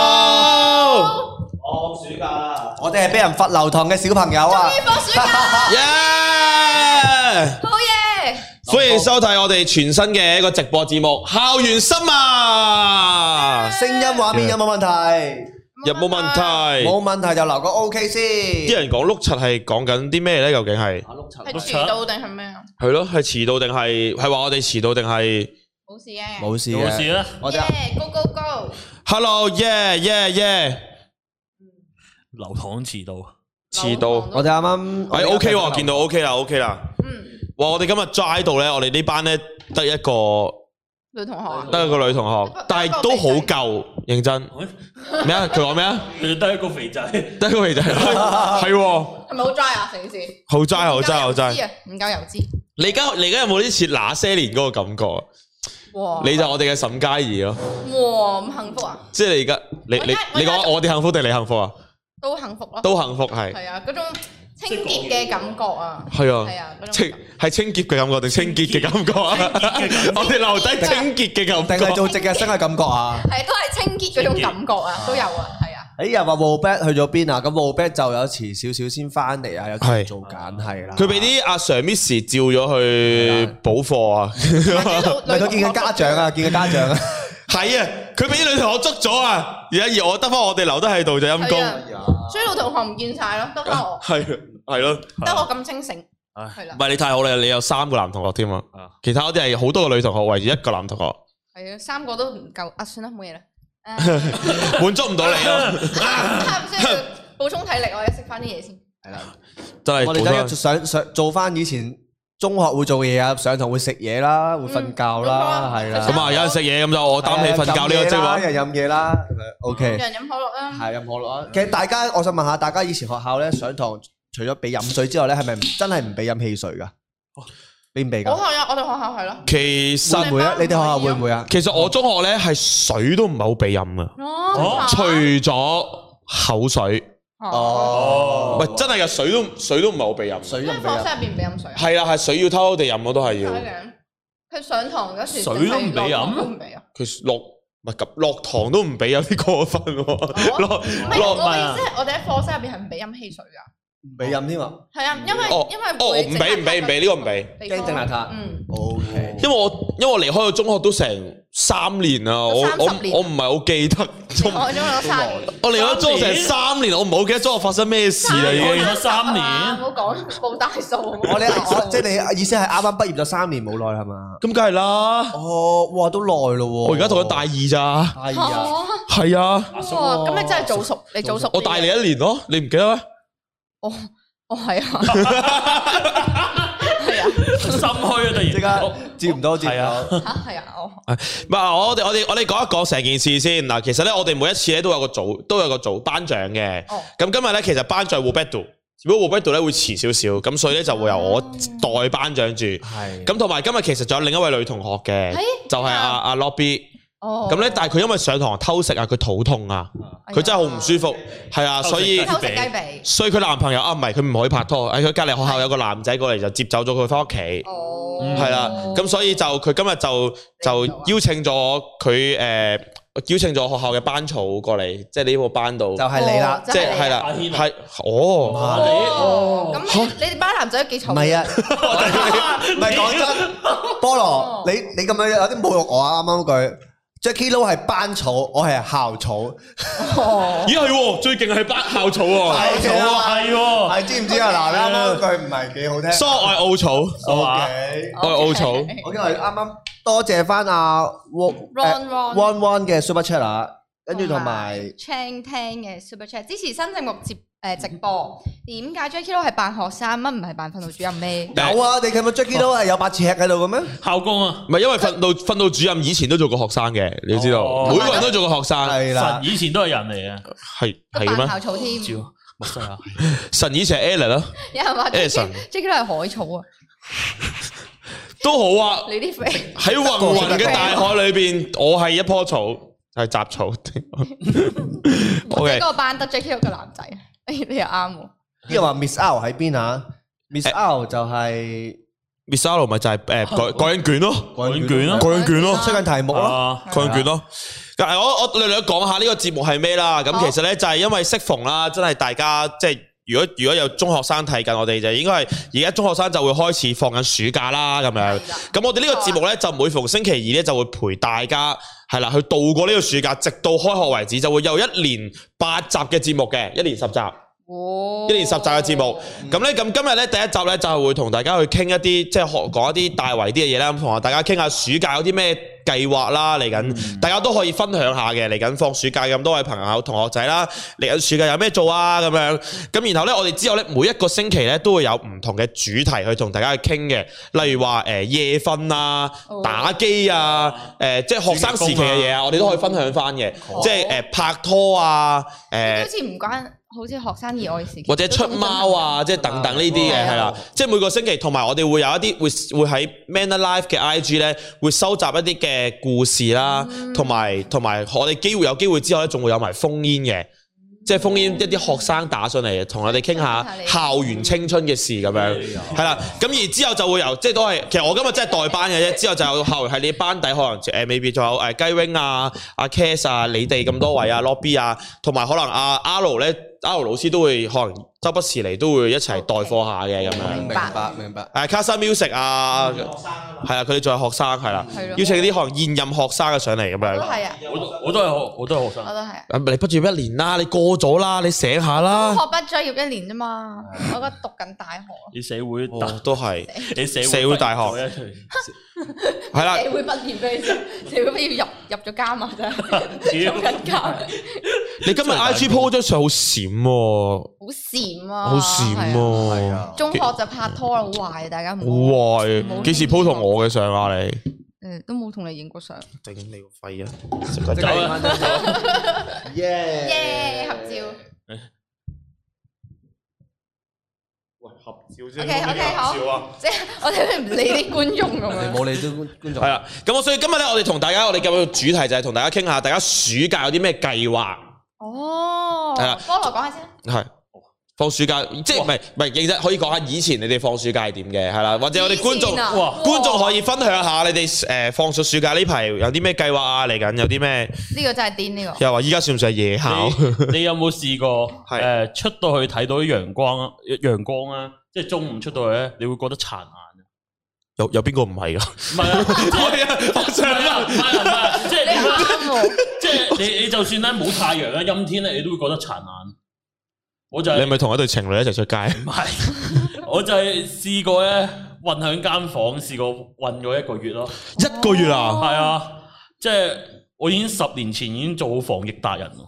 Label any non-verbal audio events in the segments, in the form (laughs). Hello，我放暑假啦，我哋係俾人罰留堂嘅小朋友啊！耶！歡迎收睇我哋全新嘅一個直播節目《校園新聞》，聲音畫面有冇問題？有冇 ờ, 問題？冇問題就留個 OK 啲先。人講碌柒係講緊啲咩呢？究竟係打碌柒係碌柒遲到定係咩啊？係咯，係遲到定係係話我哋遲到定係冇事嘅，冇事啊冇事啊嘅，啦，我哋耶，Go Go Go！ Hello yeah yeah yeah 流堂遲到，遲到？我哋啱啱喂 OK 喎，見到 OK 啦 OK 啦。嗯，哇！我哋今日齋度咧，我哋呢班咧得一個女同學啊，得一個女同學，但係都好夠認 (laughs) 真。咩啊？佢講咩啊？你得一個肥仔，得一個 (laughs) 肥仔，係喎，係咪好 dry 啊？成件事好齋好齋好唔夠油脂齋。啊，唔夠油脂。你而家你而家有冇啲似那些年嗰個感覺啊？哇，你就我哋嘅沈佳宜咯，哇咁幸福啊，即係你而家你我而你家你我而講家我哋幸福定你幸福啊？都幸福咯，都幸福係係啊，嗰種清潔嘅感覺啊，係啊係。啊，嗰種清係清潔嘅感覺定清潔嘅感覺啊？我哋留低清潔嘅定感覺係。做值日生嘅感覺啊！係都係清潔嗰種感覺啊，都有啊，係 (laughs) 啊，誒哎又話 w o b a t 去咗邊啊？咁 w o b a t 就有遲少少先翻嚟啊，有係時做緊係啦。佢俾啲阿 Sir Miss 照咗去補課啊！唔係佢見緊家長啊，見緊家長 (laughs) 啊。係啊，佢俾啲女同學捉咗啊！而家而我得翻我哋留得喺度就陰係公，哎啊，哦所以老同學唔見晒咯，得翻我，係啊係咯，得我咁清醒，唉係啦唔，係你太好啦，你有三個男同學添啊啊，其他嗰啲係好多個女同學圍住一個男同 (laughs) 學，係啊，三個都唔夠啊，算啦，(laughs) 冇嘢啦。啊滿足唔到你啊！啊需要補充體力，我哋食翻啲嘢先。係啦，真係我哋補 (laughs) 而家充想想做翻以前中學會做嘅嘢啊，上堂會食嘢啦，會瞓覺啦，嗯係啦。咁啊，有人食嘢咁就我擔起瞓覺呢個職啦，位。人飲嘢啦，OK 有。人飲可樂啦，係任可樂啊！其實大家，我想問下大家以前學校咧上堂，除咗俾飲水之外咧，係咪真係唔俾飲汽水噶？俾唔俾我噶？學校我哋學校係咯。其 (laughs) 我實哋會啊！你哋學校會唔會啊？其實我中學咧係水都唔係好俾飲噶，哦除咗口水，哦，喂真係嘅水都水都唔係好俾飲。水都因為唔俾課飲室。入邊唔俾飲水啊。係啦，係水要偷偷地飲，我都係要。嘅。佢上堂嗰時水都唔俾飲都唔俾啊。佢落唔係咁落堂都唔俾，啊有啲過分喎。落唔係落啊我嘅意思係，我哋喺課室入邊係唔俾飲汽水㗎。唔俾飲添啊係啊，因為哦因為哦會唔俾唔俾唔俾呢個唔俾，地方驚整邋遢嗯， ！OK，因為我因為我離開咗中學都成三年啦，我我30年我唔係好記得中我中咗三年。我離開中學成三年，我唔係好記得中學發生咩事啊啦已三經年。咗三年啊唔好講報大數。我我哋我即係你意思係啱啱畢業咗三年冇耐係嘛？咁梗係啦，哦，哇，都耐咯喎！我而家同佢大二咋，大二啊！係啊，阿叔哇！咁你真係早熟，你啊早熟啲嘅。我大你啊一年咯，你唔記得咩？我我係啊， (laughs) 係啊。心虛啊！突然即刻接唔到，接唔係啊到。吓係啊，我唔係，我哋我哋我哋講一講成件事先嗱。其實咧，我哋每一次咧都有個組都有個組頒獎嘅。哦咁今日咧，其實頒獎 w o b e t o 只不過 w o b e t o 咧會遲少少，咁所以咧就會由我代頒獎住。係咁同埋今日其實仲有另一位女同學嘅係，就係阿阿 Lobby。哎哦哎咁咧，但係佢因為上堂偷食啊，佢肚痛啊，佢真係好唔舒服，係啊，所以偷食偷食雞髀。所以佢男朋友啊，唔係佢唔可以拍拖，喺佢隔離學校有個男仔過嚟就接走咗佢翻屋企。哦，係啦，咁所以就佢今日就就邀請咗佢誒邀請咗學校嘅班草過嚟，即係呢個班度，就係你啦哦，即係係阿啦，軒啊係哦，哇哦，咁你你哋班男仔都幾唔嘈？係啊！唔唔係講真，菠哦蘿，你你咁樣有啲侮辱我啊！啱啱嗰句，Jackie Lou 係班草，我係校草，哦，咦係喎，最勁係班校草喎，校真，我係喎，係知唔知啊？嗱，你啱啱嗰句唔係幾好聽。所以我係澳草，我話 OK，我係澳 (laughs) 草，我因為啱啱多謝翻阿 Won Ron Ron Won Won 嘅 Super Chat 啊，跟住同埋 Chang 聽嘅 Super Chat 支持新節目接誒直播，點解 Jackie Lou 係扮學生，乜唔係扮訓導主任咩？但係有啊，你見唔見 Jackie Lou 係有把尺喺度嘅咩？校工啊，唔係因為訓導訓導主任以前都做過學生嘅，你知道哦，每個人都做過學生，係啦神，以前都係人嚟嘅，係都係扮咩？校草添，有照墨西亞神以前係 Ella 啦，人話 Edison Jackie Jackie Lou 係海草啊！都好啊，你啲 friend 喺混混嘅大海裏邊，我係一棵草，係雜草。 (laughs) 呢 OK，個班得 Jackie Lou 嘅男仔，哎你又啱喎。啲人話 Miss L 喺邊啊？Miss L 就係 Miss Arlo (laughs) 咪就係誒改改緊卷咯，卷卷咯改緊卷咯，出緊題目咯。啊，改緊卷咯。嗱，我我略略講下呢個節目係咩啦。咁好其實咧就係因為適逢啦，真係大家即係如果如果有中學生睇緊我哋就應該係而家中學生就會開始放緊暑假啦咁嗯樣。咁我哋呢個節目咧就每逢星期二咧就會陪大家係啦去度過呢個暑假，直到開學為止，就會有一年八集嘅節目嘅，一年十集。哦一年十集嘅節目，咁咧咁今日咧第一集咧就係會同大家去傾一啲即係學講一啲大圍啲嘅嘢啦，咁同大家傾下暑假有啲咩計劃啦，嚟緊、大家都可以分享下嘅，嚟緊放暑假咁多位朋友同學仔啦，嚟緊暑假有咩做啊咁樣，咁然後咧我哋之後咧每一個星期咧都會有唔同嘅主題去同大家去傾嘅，例如話誒、呃夜瞓啊、哦打機啊、誒、即係學生時期嘅嘢啊，我哋都可以分享翻嘅，即係誒、呃拍拖啊、誒、好似唔關，好似學生以外事件，或者出貓啊，即係等等呢啲嘅係啊啦，即係每個星期同埋我哋會有一啲會會喺 Man Alive 嘅 IG 咧，會收集一啲嘅故事啦，同埋同埋我哋機會有機會之後咧，仲會有埋封煙嘅，即係封煙一啲學生打上嚟嘅，同我哋傾下嗯校園青春嘅事咁樣，係啦，咁而之後就會由即係都係，其實我今日真係代班嘅啫，之後就有後係你班底可能誒 maybe 仲有誒雞 wing 啊、阿 Cas 啊、你哋咁多位啊、Lobby 啊，同埋可能阿阿 L 咧。阿盧老師都會可能周不時嚟都會一齊代課下嘅咁樣。明明白白明白。誒 Casa Music 啊，係啊，佢哋仲係學生係啦係，咯邀請啲可能現任學生嘅上嚟咁我都樣。係啊，我都我都係學我都係學生我。都係啊。咁你畢業一年啦，你過咗啦，你醒下中啦學。畢咗業一年啫嘛，啊我而家讀緊大學啊，你社會大 (laughs) 哦，都係，你社社會大學係啦，社會畢業 (laughs) 嘅啫，社會畢業入入咗監啊，真係屌中緊監。你今日 IG po 張相好閃喎，好閃啊！好閃係啊！喎，中學就拍拖啦，好壞啊大家唔好好壞，幾時 po 同我嘅相啊你？誒都冇同你影過相。頂你個肺啊！即走刻影啦翻張相耶 예.耶！合照。喂，合照啫 OK，OK，好。 (laughs) 即係我哋唔理啲觀眾咁你樣。冇理啲觀觀眾係。啦，咁我所以今日咧，我哋同大家我哋嘅主題就係同大家傾下，大家暑假有啲咩計劃？哦。係啦菠蘿講下先。係放暑假，即係唔係唔係，其實可以講下以前你哋放暑假係點嘅，係啦，或者我哋觀眾以前啊哇觀眾可以分享下你哋誒放暑暑假呢排有啲咩計劃啊？嚟緊有啲咩？呢個真係癲呢個。又話依家算唔算係夜校？你你有冇試過係誒出到去睇到啲陽光啊？陽光啊，即係中午出到去咧，你會覺得殘眼啊。有有邊個唔係噶？唔係啊，係啊，我唔係想啊，唔係啊唔係啊，即係你點啊？啱喎。即係你你就算咧冇太陽咧，啊陰天咧，你都會覺得殘眼。我就係你係咪同一對情侶一齊出街？唔係，我就係試過咧，混響間房，試過混咗一個月咯。一個月啊，係啊，即係我已經十年前已經做好防疫達人咯。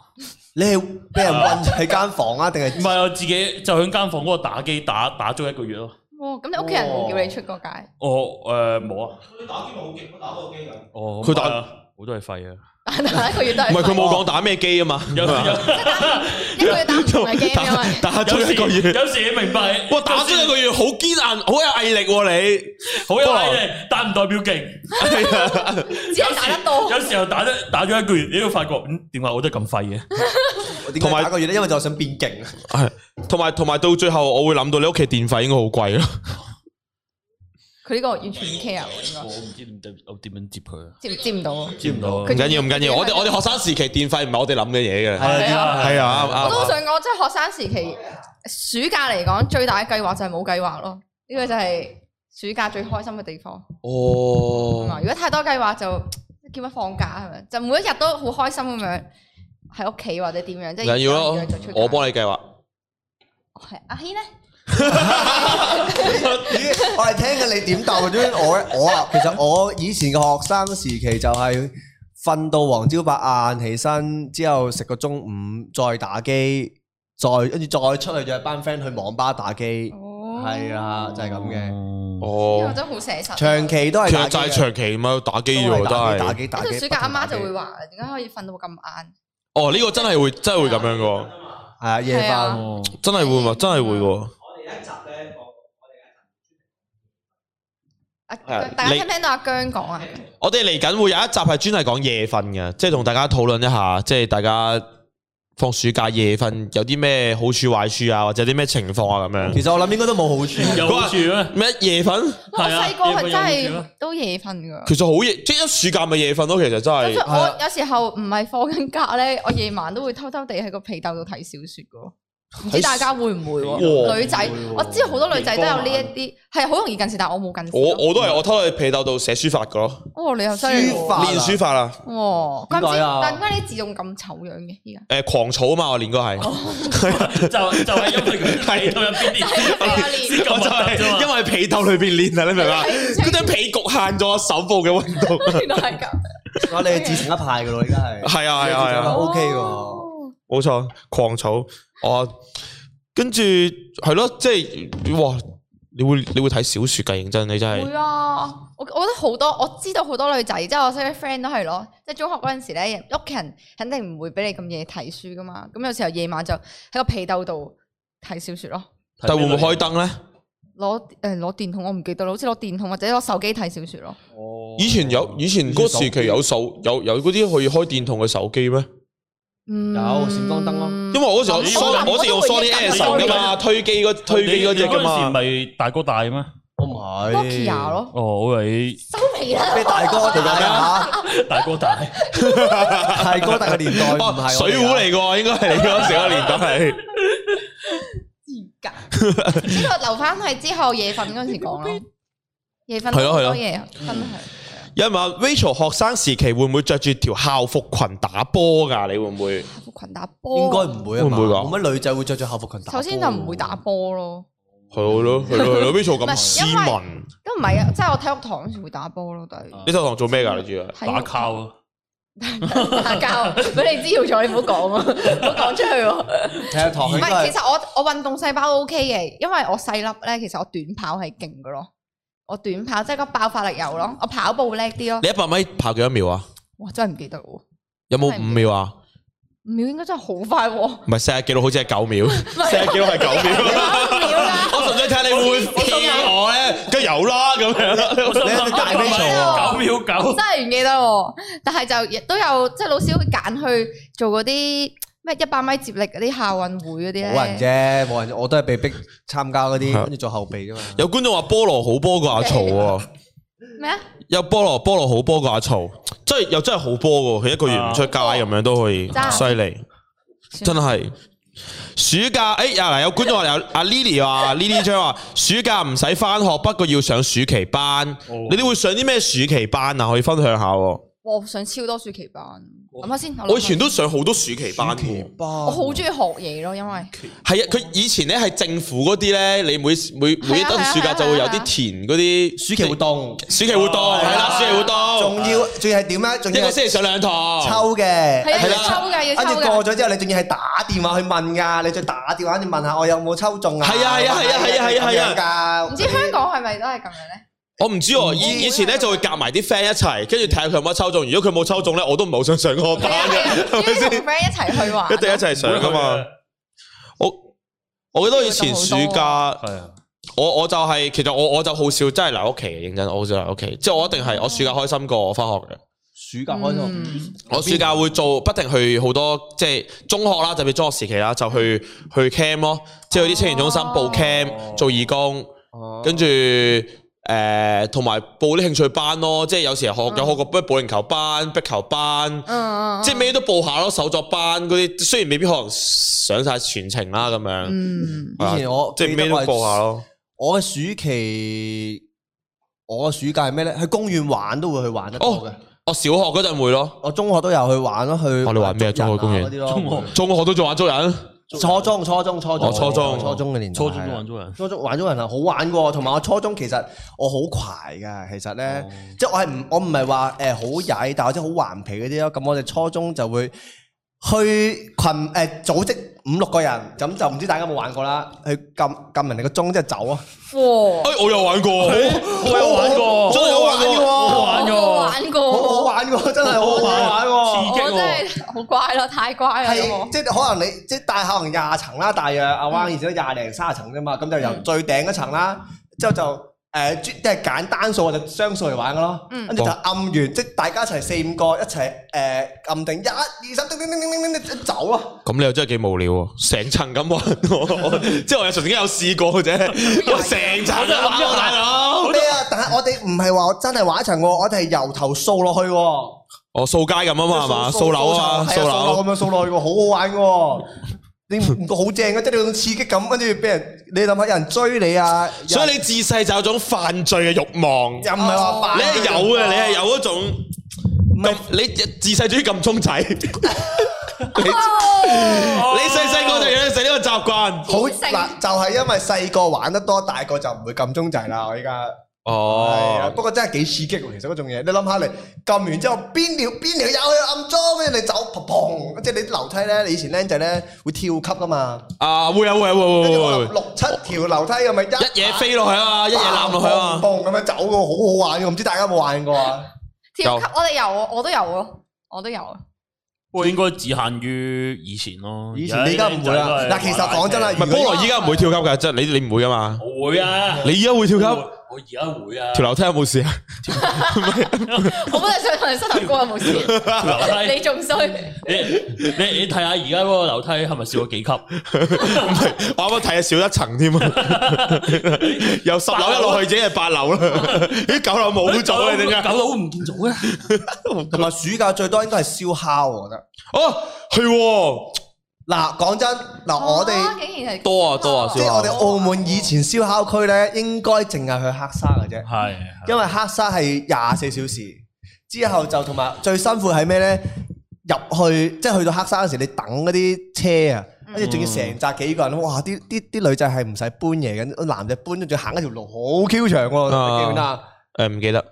你係俾人困喺間房啊，定唔係係我自己就響間房嗰度打機打打咗一個月咯。哇！咁你屋企人唔叫你出個街，我誒冇啊，佢打機咪好勁，佢打嗰個機㗎。哦佢打我都係廢啊。但係一個月都係唔係佢冇講打咩機啊嘛？有 (laughs) 有一個月 뭐,打唔同嘅 game 啊嘛。打有咗一個時月，有時你明白，哇！打咗一個月，好堅硬，好有毅力喎你。好有毅力，但唔代表勁。係啊只係打得多。有時候打得打咗一個月，你都發覺，嗯，點解我都咁廢嘅？點同解埋打個月咧？因為就想變勁。係， (laughs) 同埋同埋到最後，我會諗到你屋企電費應該好貴咯。佢呢個完全唔 care 喎，應我唔知點接，我點樣接佢啊？該接接唔到。接唔到。唔佢緊要，唔緊要，我哋我哋學生時期電費唔係我哋諗嘅嘢嘅，係啊，係啊，我都好啱啱。想講，即係學生時期暑假嚟講，最大嘅計劃就係冇計劃咯。呢個就係暑假最開心嘅地方。哦同埋哦，如果太多計劃就叫乜放假係咪？就每一日都好開心咁樣喺屋企或者點樣，即唔係緊啊要咯有嘢就出，街哦我幫你計劃。係阿軒咧，咦，我係聽緊你點答嘅啫。我我啊，其實我以前嘅學生時期就係瞓到黃朝白晏，起身之後食個中午，再打機，再跟住再出去約班 friend 去網吧打機。哦係啊，就係咁嘅，嘅。呢個哦，真係好寫實。長期都係其打實機就嘅係長期咁樣打機都係喎，真打機打係。機打呢機。度暑假阿媽就不會停打機話：點解可以瞓到咁晏？哦，呢個真係會真係啊會咁樣嘅喎，係啊夜係飯啊。哦，真係會喎，真係會喎。我哋有一集咧，我我哋阿係啊大家你聽唔聽到阿姜講啊？我哋嚟緊會有一集係專係講夜瞓嘅，即係同大家討論一下，即係大家放暑假夜瞓有啲咩好處壞處啊，或者啲咩情況啊咁樣？其實我諗應該都冇好處。 (laughs) 有好處啊咩？咩夜瞓？我係啊細個係真夜瞓有冇住啊係都夜瞓噶。其實好夜，即係一暑假咪夜瞓咯。其實真就係啊算我有時候唔係放緊假咧， (laughs) 我夜晚都會偷偷地喺個被竇度睇小説噶。唔知大家會唔會哇喎？女仔會喎，我知好多女仔都有呢一啲，係好容易近視，但我冇近視我啊咯。我都係我偷去被竇度寫書法噶咯，哇，你又犀利書喎！法啊練書法啊。哇，怪唔點解知，啊但點解你自動咁醜樣嘅？ (laughs) 依家诶，狂草啊嘛，我練過係，哦 (laughs) 就就係因為佢睇到入邊啲係啊練先咁我就核係突啫嘛因為被竇裏边練啊，你明 (laughs) 嘛？嗰張被局限咗我手部嘅運動。原來係咁，我哋自成一派噶咯，而家 (laughs) 係。係啊係啊係 (laughs) 啊， O K 喎，喎。冇錯，狂草。我跟住係咯，即係哇，你會你会睇小说㗎，認真你真係會啊！我我覺得好多，我知道好多女仔，即係我識啲 friend 都係咯，即係中學嗰陣時咧，屋企人肯定唔會俾你咁夜睇書噶嘛。咁有時候夜晚就喺個被竇度睇小説咯，但會唔會開燈咧？攞誒攞電筒，我唔記得啦，好似攞電筒或者攞手機睇小説咯。以前有以前嗰時期有手有有嗰啲可以開電筒嘅手機咩？嗯，有閃光燈咯因為我嗰時用我 Sony，我嗰時用我都會 Sony 嘅 Ericsson 噶嘛，推機嗰推機嗰只噶你嗰陣時唔嘛。係大哥大嘅咩？我唔係。 Nokia。(laughs) 咯，哦，我係收皮啦！咩大哥大 (laughs) 啊？大哥 (laughs) 大，大哥大嘅年代唔係哦，我哋啊水壺嚟㗎喎，應該係你嗰時嗰個年代係。噶， (laughs) 呢個留翻係之後夜瞓嗰陣時講咯。夜瞓係咯好係咯多嘢分享，有人話 Rachel 學生時期會唔會着住條校服裙打波㗎？你會唔會？校服裙打嗯應波，該唔會啊嘛，會唔會㗎冇乜女仔會着住校服裙打。啊首先就唔會打。波咯。係咯係咯係咯，Rachel 唔咁係斯因為文。都唔係啊，即係我體育堂嗰時會打波咯，但係你上堂做咩㗎？你知啊？打交啊！ (laughs) 打交，俾你知道咗，你唔好講啊，唔好講出去喎。體育堂唔應該係，係其實我我運動細胞 O K 嘅，因為我細粒咧，其實我短跑係勁嘅咯。我短跑即係個爆發力有咯，我跑步叻啲咯。你一百米跑幾多秒啊？哇，真係唔記得喎，五有冇五秒啊？秒應該真係好快喎，唔係世界紀錄，好似係九 (laughs) 秒。世界紀錄係九秒。五秒啦。我純粹睇你會唔會 P 我咧，梗係有啦咁樣。你一定大飛我想做問九秒九真，係唔記得喎，但係就亦都有即係老師會揀去做嗰啲咩一百米接力嗰啲校運會嗰啲咧。冇人啫，冇人啫，我都係被逼參加係嗰啲，跟住做後備啫嘛。有觀眾話菠蘿好波過阿曹喎，咩啊？有菠蘿菠蘿好波過阿曹，真係又真係好波喎。佢一個月唔出街咁樣都可以，真係犀利，真係。暑假誒嗱、有觀眾話有阿 Lily 話 Lily 張話暑假唔使翻學，不過要上暑期班。哦你哋會上啲咩暑期班啊？可以分享下喎。哇我上超多暑期班，諗下先。我以前都都上好多暑期班暑嘅。期班，我好中意學嘢咯，因為係啊，佢以前咧係政府嗰啲咧，你每每每一係啊係等啊暑假就會有啲填嗰啲暑期活動，啊暑期活動，哦係啦，暑期活仲動，要仲要係點咧？仲一要個係星期上兩堂，抽嘅，係啊，係啦要抽㗎，要跟抽住㗎。過咗之後，你仲要係打電話去問㗎，你再打電話去問下我有冇抽中啊？係啊係啊係啊係啊係啊係啊唔知香港係咪都係咁樣咧？我唔知喎，知以以前咧就會夾埋啲 friend 一齊，跟住睇下佢有冇抽中。如果佢冇抽中咧，我都唔係好想上嗰個係班啊係 (laughs) 嘅，，啊係啊咪因為先同？friend 一齊去玩。一定一齊上噶嘛。我我記得我以前暑呢個就好假，係啊，我我就係其實我我就好少真係留屋企嘅，認真我好少留屋企，即係我一定係我暑假開心過我翻學嘅。暑假開咗，嗯我暑假會做不停去好多即係中學啦，特別中學時期啦，就去去 camp 咯，即係去啲青年中心報 camp 做義工，哦哦跟住誒同埋報啲興趣班咯，即係有時學有學過咩保齡球班、壁球班，嗯嗯，即係咩都報下咯，手作班嗰啲，雖然未必可能上晒全程啦咁樣，嗯係啊以前我即係咩都報下咯。我嘅暑期，我嘅暑假係咩咧？去公園玩都會去玩得多嘅。我小學嗰陣會咯，我中學都有去玩咯，去哦哦你玩咩中學公園嗰啲咯中學中學都做玩啊捉人，初中、初中、初哦中、初中初中嘅年代，啊初中都玩咗人，初中玩咗人係好玩嘅喎，同埋我初中其實我好快㗎，其實哦咧，即係我係唔我唔係話呃誒好曳，但係我真係好頑皮嗰啲咯。咁我哋初中就會去群誒、呃、組織五六個人，咁就唔知大家有冇玩過啦，去撳撳人哋個鐘即係走啊！哇，哎我有玩過，我有玩過，真係有玩過好喎，玩我㗎，玩好好過，玩喎，真係好好玩喎！我真係好乖咯，太乖啦係我。即係可能你即係大可能廿層啦，大約阿灣以前都廿零三十層啫嘛，咁就由最頂嗰層啦，之後就誒，即係簡單數或者雙數嚟玩噶咯，嗯跟住就暗完，即係大家一齊四五個一齊誒暗定一二三，叮叮叮叮叮叮一走咯。咁你又真係幾無聊喎，成層咁玩 (laughs) 我，我即係我有曾經有試過啫，我成層都玩我大佬，咩啊？但係我哋唔係話我真係玩一層喎，我哋係由頭掃落去喎。我掃街咁啊嘛係嘛，掃掃樓啊，係掃樓咁樣掃落去喎，好好玩嘅喎。你唔覺好正嘅，即係你有種刺激感，跟住俾人，你諗下有人追你啊，所以你自細就有種犯罪嘅慾望，又唔係話扮你係有嘅，你係有嗰種咁，你自細中意撳鐘仔， (laughs) 你你細細個就養成呢個習慣。好天性嗱，就係因為細個玩得多，大個就唔會撳鐘仔啦。我依家係啊，哦，不過真係幾刺激喎。其實嗰種嘢，你諗下你撳完之後，邊條邊條友去暗裝，跟住你走，砰砰，即係你樓梯咧，你以前僆仔咧會跳級噶嘛，啊會啊會啊會會跟會住我會諗，六七條樓梯咁咪一一嘢飛落去啊，一嘢攬落去啊。砰砰咁樣走嘅，好好玩嘅。唔知大家有冇玩過啊？跳級有我哋有啊，我都有啊，我都有啊。喂，應該只限於以前咯。以前你而家唔會啦而家啲僆仔嗱都係其實講真啦唔係菠蘿依家唔會跳級㗎，即係你你唔會㗎嘛？我會啊，你依家會跳級？我我而家會啊，條樓梯有冇事啊？我本嚟想同你膝頭哥啊，冇事，條樓梯你仲衰。你你你睇下而家嗰個樓梯係咪少咗幾級？唔係， (laughs) 我啱啱睇少一層 (laughs) 添啊！由十樓一落去，自己係八 (laughs) 樓啦。咦，九樓冇咗嘅點解？九佬唔見咗嘅？同埋暑假最多應該係燒烤，我覺得。哦，係喎，嗱，講真，嗱我哋啊。竟然係多啊多啊即係我哋澳門以前燒烤區咧，應該淨係去黑沙嘅啫，係因為黑沙係廿四小時。之後就同埋最辛苦係咩咧？入去即係去到黑沙嗰時，你等嗰啲車啊，跟住仲要成扎幾個人，哇！啲啲啲女仔係唔使搬嘢嘅，男仔搬仲要行一條路好 Q 長喎，記唔記得啊？誒唔記得，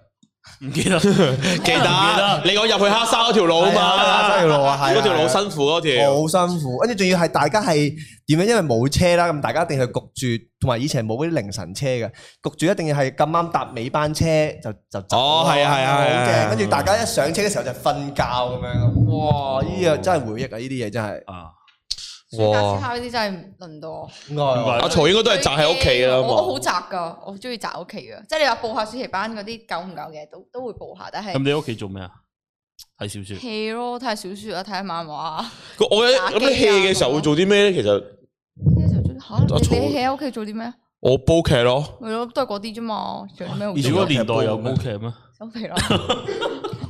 唔記得記得你講入去黑沙嗰條路啊係啊嘛，黑沙條路啊係 (laughs) 啊嗰條路辛苦嗰條，好辛苦，跟住仲要係大家係點樣？因為冇車啦，咁大家一定係焗住，同埋以前冇嗰啲凌晨車嘅，焗住一定要係咁啱搭尾班車就就走哦係啊係啊好係啊係啊驚跟住大家一上車嘅時候就瞓覺咁樣，哇！呢個真係回憶啊！呢啲嘢真係， (laughs) 啊！暑假燒哇！烤呢啲真係輪到我。阿曹應該都係宅喺屋企㗎啦我我好嘛。宅㗎，我中意宅屋企㗎。即係你話報下暑期班嗰啲夠唔夠嘅，都都會報下，但咁係你屋企做咩啊？睇小說。戲咯，睇下小説啊，睇下漫畫啊。我咁你 hea 嘅時候會做啲咩咧？其實呢時候做嚇，阿曹你你喺屋企做啲咩？我煲劇咯，咪咯，都係嗰啲啫嘛，做啲咩好以前嗰個做？年代有煲劇咩？收 (laughs) 皮啦，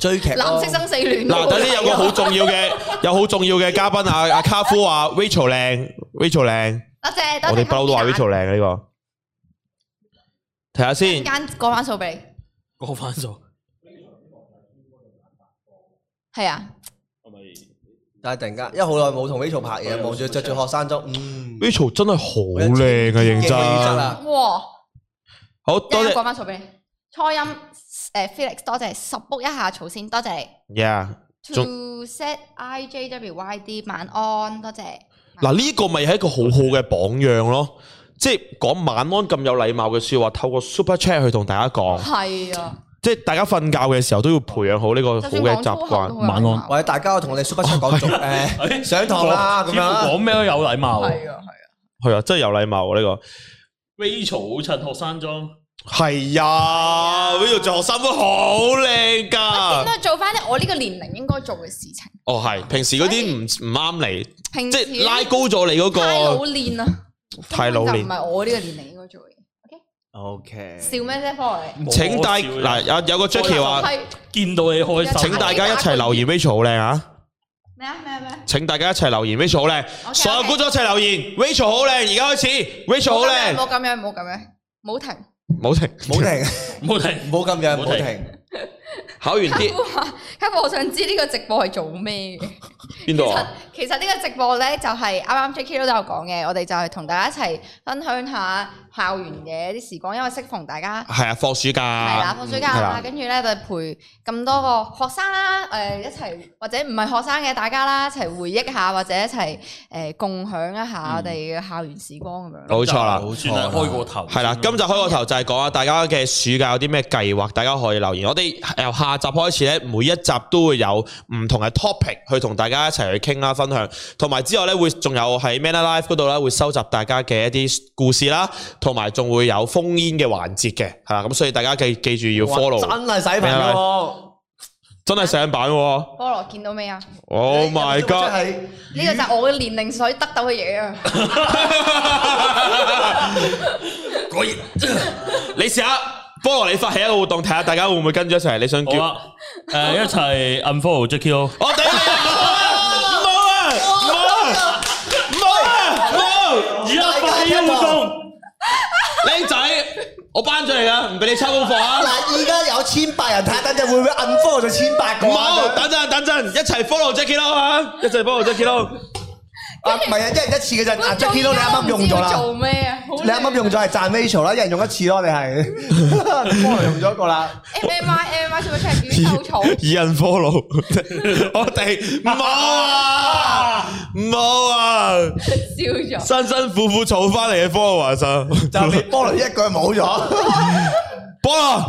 追劇咯藍色生死戀嗱，等啲有個好重要嘅， (laughs) 有好重要嘅嘉賓啊！阿卡夫話 Rachel 靚，Rachel 靚， (laughs) 多謝，我哋不嬲都話 Rachel 嚟。靚嘅呢個。睇下先。間講翻數俾你，過翻數係啊，係咪？但係突然間，因為好耐冇同 Rachel 拍嘢，望住着住學生裝，嗯， Rachel 真係好靚啊，認氣質真。啊，哇！好一多陣講謝翻數俾你，初音誒 Felix 多謝十 book 一下草先，多謝你。 ，yeah。仲 To set I J W Y D 晚安，多謝。嗱呢個咪係一個好好嘅榜樣咯，即係講晚安咁有禮貌嘅説話，透過 Super Chat 去同大家講，係啊，即係大家瞓覺嘅時候都要培養好呢個好就算嘅習講粗口都啊慣。會有禮貌或者大家同我哋 super (laughs) chat 講誒誒上堂啦咁樣啊講咩都有禮貌。係啊，係啊。係啊，真係有禮貌喎呢個。 Rachel 好襯學生裝，係啊，Rachel 做學生都好靚點㗎。都啊做翻啲我呢個年齡應該做嘅事情。哦，係，平時嗰啲唔唔啱你，平即時係拉高咗你嗰太老個練啦， (laughs) 太老根本練就唔。係我呢個年齡應該做嘅。 ，OK，笑咩啫，科嚟？請大我笑嗱有有個 Jackie 話，見到你開心，請大家一齊留言 Rachel 好靚啊！咩啊咩啊咩啊？請大家一齊留言，Rachel 好靚， OK，所有 OK 觀眾一齊留言，Rachel 好靚，而家開始，Rachel 好唔好靚，咁樣，唔好咁樣，冇停。冇停，冇停，唔好停。冇咁樣，冇冇停停。考完卡啲夫話：卡夫，我想知呢個直播係做咩嘅？邊度啊？其實其實呢個直播咧就係啱啱 Jackie 都有講嘅，我哋就係同大家一齊分享下校園嘅啲時光，因為適逢大家係啊，放暑假，係啦放暑假係啦，啦跟住咧就陪咁多個學生啦，誒、一齊或者唔係學生嘅大家啦，一齊回憶下或者一齊誒、共享一下我哋嘅校園時光咁樣咯。冇錯啦，冇錯算係開個頭。係啦，今集開個頭就係講下大家嘅暑假有啲咩計劃，大家可以留言。我哋由下集開始咧，每一集都會有唔同嘅 topic 去同大家一齊去傾啦、分享，同埋之後咧會仲有喺 Man Life 嗰度咧會收集大家嘅一啲故事啦，同埋仲會有封煙嘅環節嘅，係啦，咁所以大家記記住要 follow，真係洗屏喎真係上版喎菠蘿見到未啊？ ！Oh my 你真 god！係呢個就係我嘅年齡所以得到嘅嘢 (laughs) 啊！果然 (laughs) 你試下菠蘿，你發起一個活動，睇下大家會唔會跟住一齊？你想叫好啊！誒，一齊 unfollow Jacky 咯。我頂你啊！唔好啊！唔好啊！唔好啊！唔好啊！而家發起活動，僆仔，我班咗你啦，唔俾你抄功課啊！嗱，而家有千百人睇，等陣會唔會 unfollow 咗千百個唔啊？好，等陣等陣，一齊 follow Jacky 咯啊！一齊 follow Jacky 咯。啊，唔係啊，一人一次嘅啫。啊觀眾，Jacky Lou，你啱啱用咗而家都唔知要做啦，咩啊？好你啱啱用咗係賺 Rachel 啦，一人用一次咯，你係 follow 用咗一個啦。 M I M I 做咩出嚟？宇宙 (laughs) 草以人 follow，我哋唔好啊！唔好啊！笑咗。辛辛苦苦儲翻嚟嘅 followers 啊就你 follow 一句冇咗，菠蘿，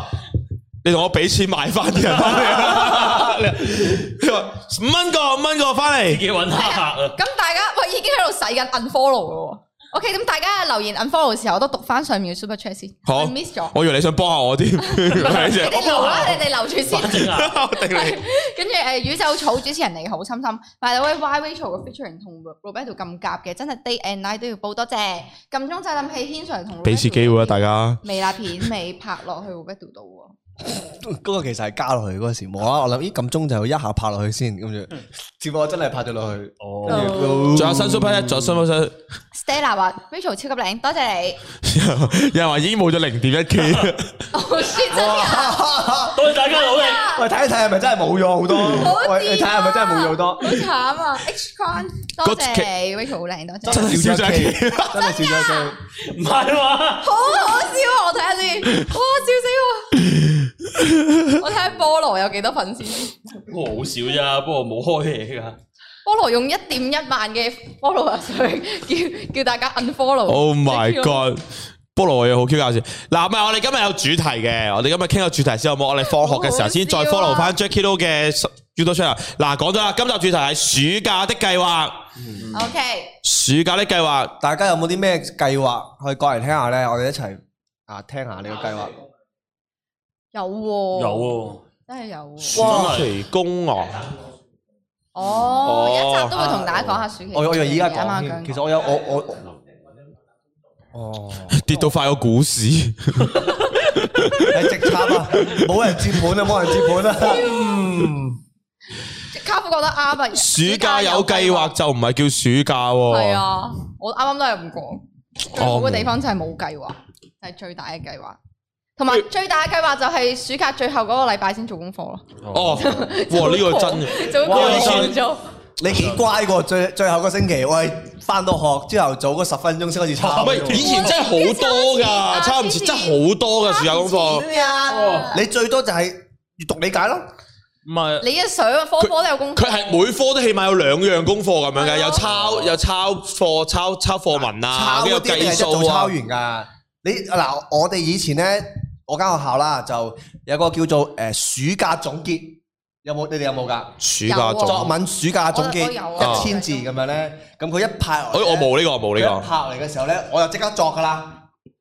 你同我俾錢買翻啲人翻嚟啊！ (laughs) 你話五蚊個，五蚊個翻自嚟。己揾黑客啊！咁大家喂已經喺度洗緊 unfollow 咯喎。OK，咁大家留言 unfollow 嘅時候，我都讀翻上面嘅 super chat 先。好我 miss 咗。我以為你想幫下我 (laughs) 添，你哋留啊啦，你哋留住 (laughs) 先。反正啊， (laughs) 我頂你！跟住誒宇宙草主持人你好，心心。但係喂，Y Rachel 嘅 featuring 同 Roberto 咁夾嘅，真係 day and night 都要報多謝。撳鐘掣諗起軒 Sir 同俾次機會啊，大家。家。微辣片未拍落去 Roberto 度嗰個其實係加落去嗰陣時，冇啦，我諗咦咁鐘就一下拍落去先，跟住結果真係拍咗落去。喎。哦，哦仲有新 super 咧，仲有新 super， Stella 話 Rachel 超級靚，多謝你。 (laughs) 有人話已經冇咗零點一 K， (laughs) 我說真㗎。多謝大家努力。喂，睇一睇係咪真係冇咗好好多？喂，你睇下係咪真係冇咗好多？好慘啊！H Con，多謝你，Rachel 好靚，多謝。真係少咗一 K。真係少咗一 K。唔係嘛？好好笑啊！我睇下先，哇 (laughs) 笑死我！我睇下菠蘿有幾多粉絲先。我好少咋，不過冇開嘢㗎。菠蘿用一點一萬嘅 follower 去叫叫大家 unfollow。 Oh my 即係叫 god！菠蘿嘢好 Q 搞笑。嗱，唔係我哋今日有主題嘅，我哋今日傾咗主題之後，冇我哋放學嘅時候先再好好笑啊 follow 翻 Jacky Lou 嘅 YouTube channel。嗱，講咗啦，今集主題係暑假的計劃， OK，暑假的計劃。大家有冇啲咩計劃去講嚟聽下咧？我哋一齊啊聽下你個計劃。有喎，有啊喎。真係有喎。哇暑期工啊！哦，有一集都會同大家講下暑期。我我以為依家嗯啱啱講添，其講實我有我我哦，跌到快過股市，你直插啊！冇人接盤啊，冇人接盤啊！嗯，卡夫覺得啱 (laughs) 啊。暑假有計劃。就唔係叫暑假喎。哦係啊，我啱啱都係咁講。最好嘅地方就係冇計劃，係最大嘅計劃。同埋最大嘅計劃就係暑假最後嗰個禮拜先做功課咯。哦， (laughs) 哇！呢個真嘅，做功哇課做以完咗，你幾乖喎？最最後個星期，我係翻到學朝頭早嗰十分鐘先開始插唔係以喎。前真係好多哇㗎，差唔之切前真係好多㗎暑假功課。咩啊？你最多就係閱讀理解咯。唔係，你嘅相科科都有功佢課。係每科都起碼有兩樣功課咁樣係啊嘅，有抄有抄課、抄抄課文啊，抄跟嗰住啲計係數做抄啊。完噶。你嗱，我哋以前咧，我間學校啦，就有個叫做诶暑假總結，有冇？你哋有冇㗎？暑假有啊作作，文暑假總結我有啊一千字咁樣咧，咁佢一派哎，我冇呢個，我冇佢呢一個。拍嚟嘅時候咧，我就即刻作㗎啦。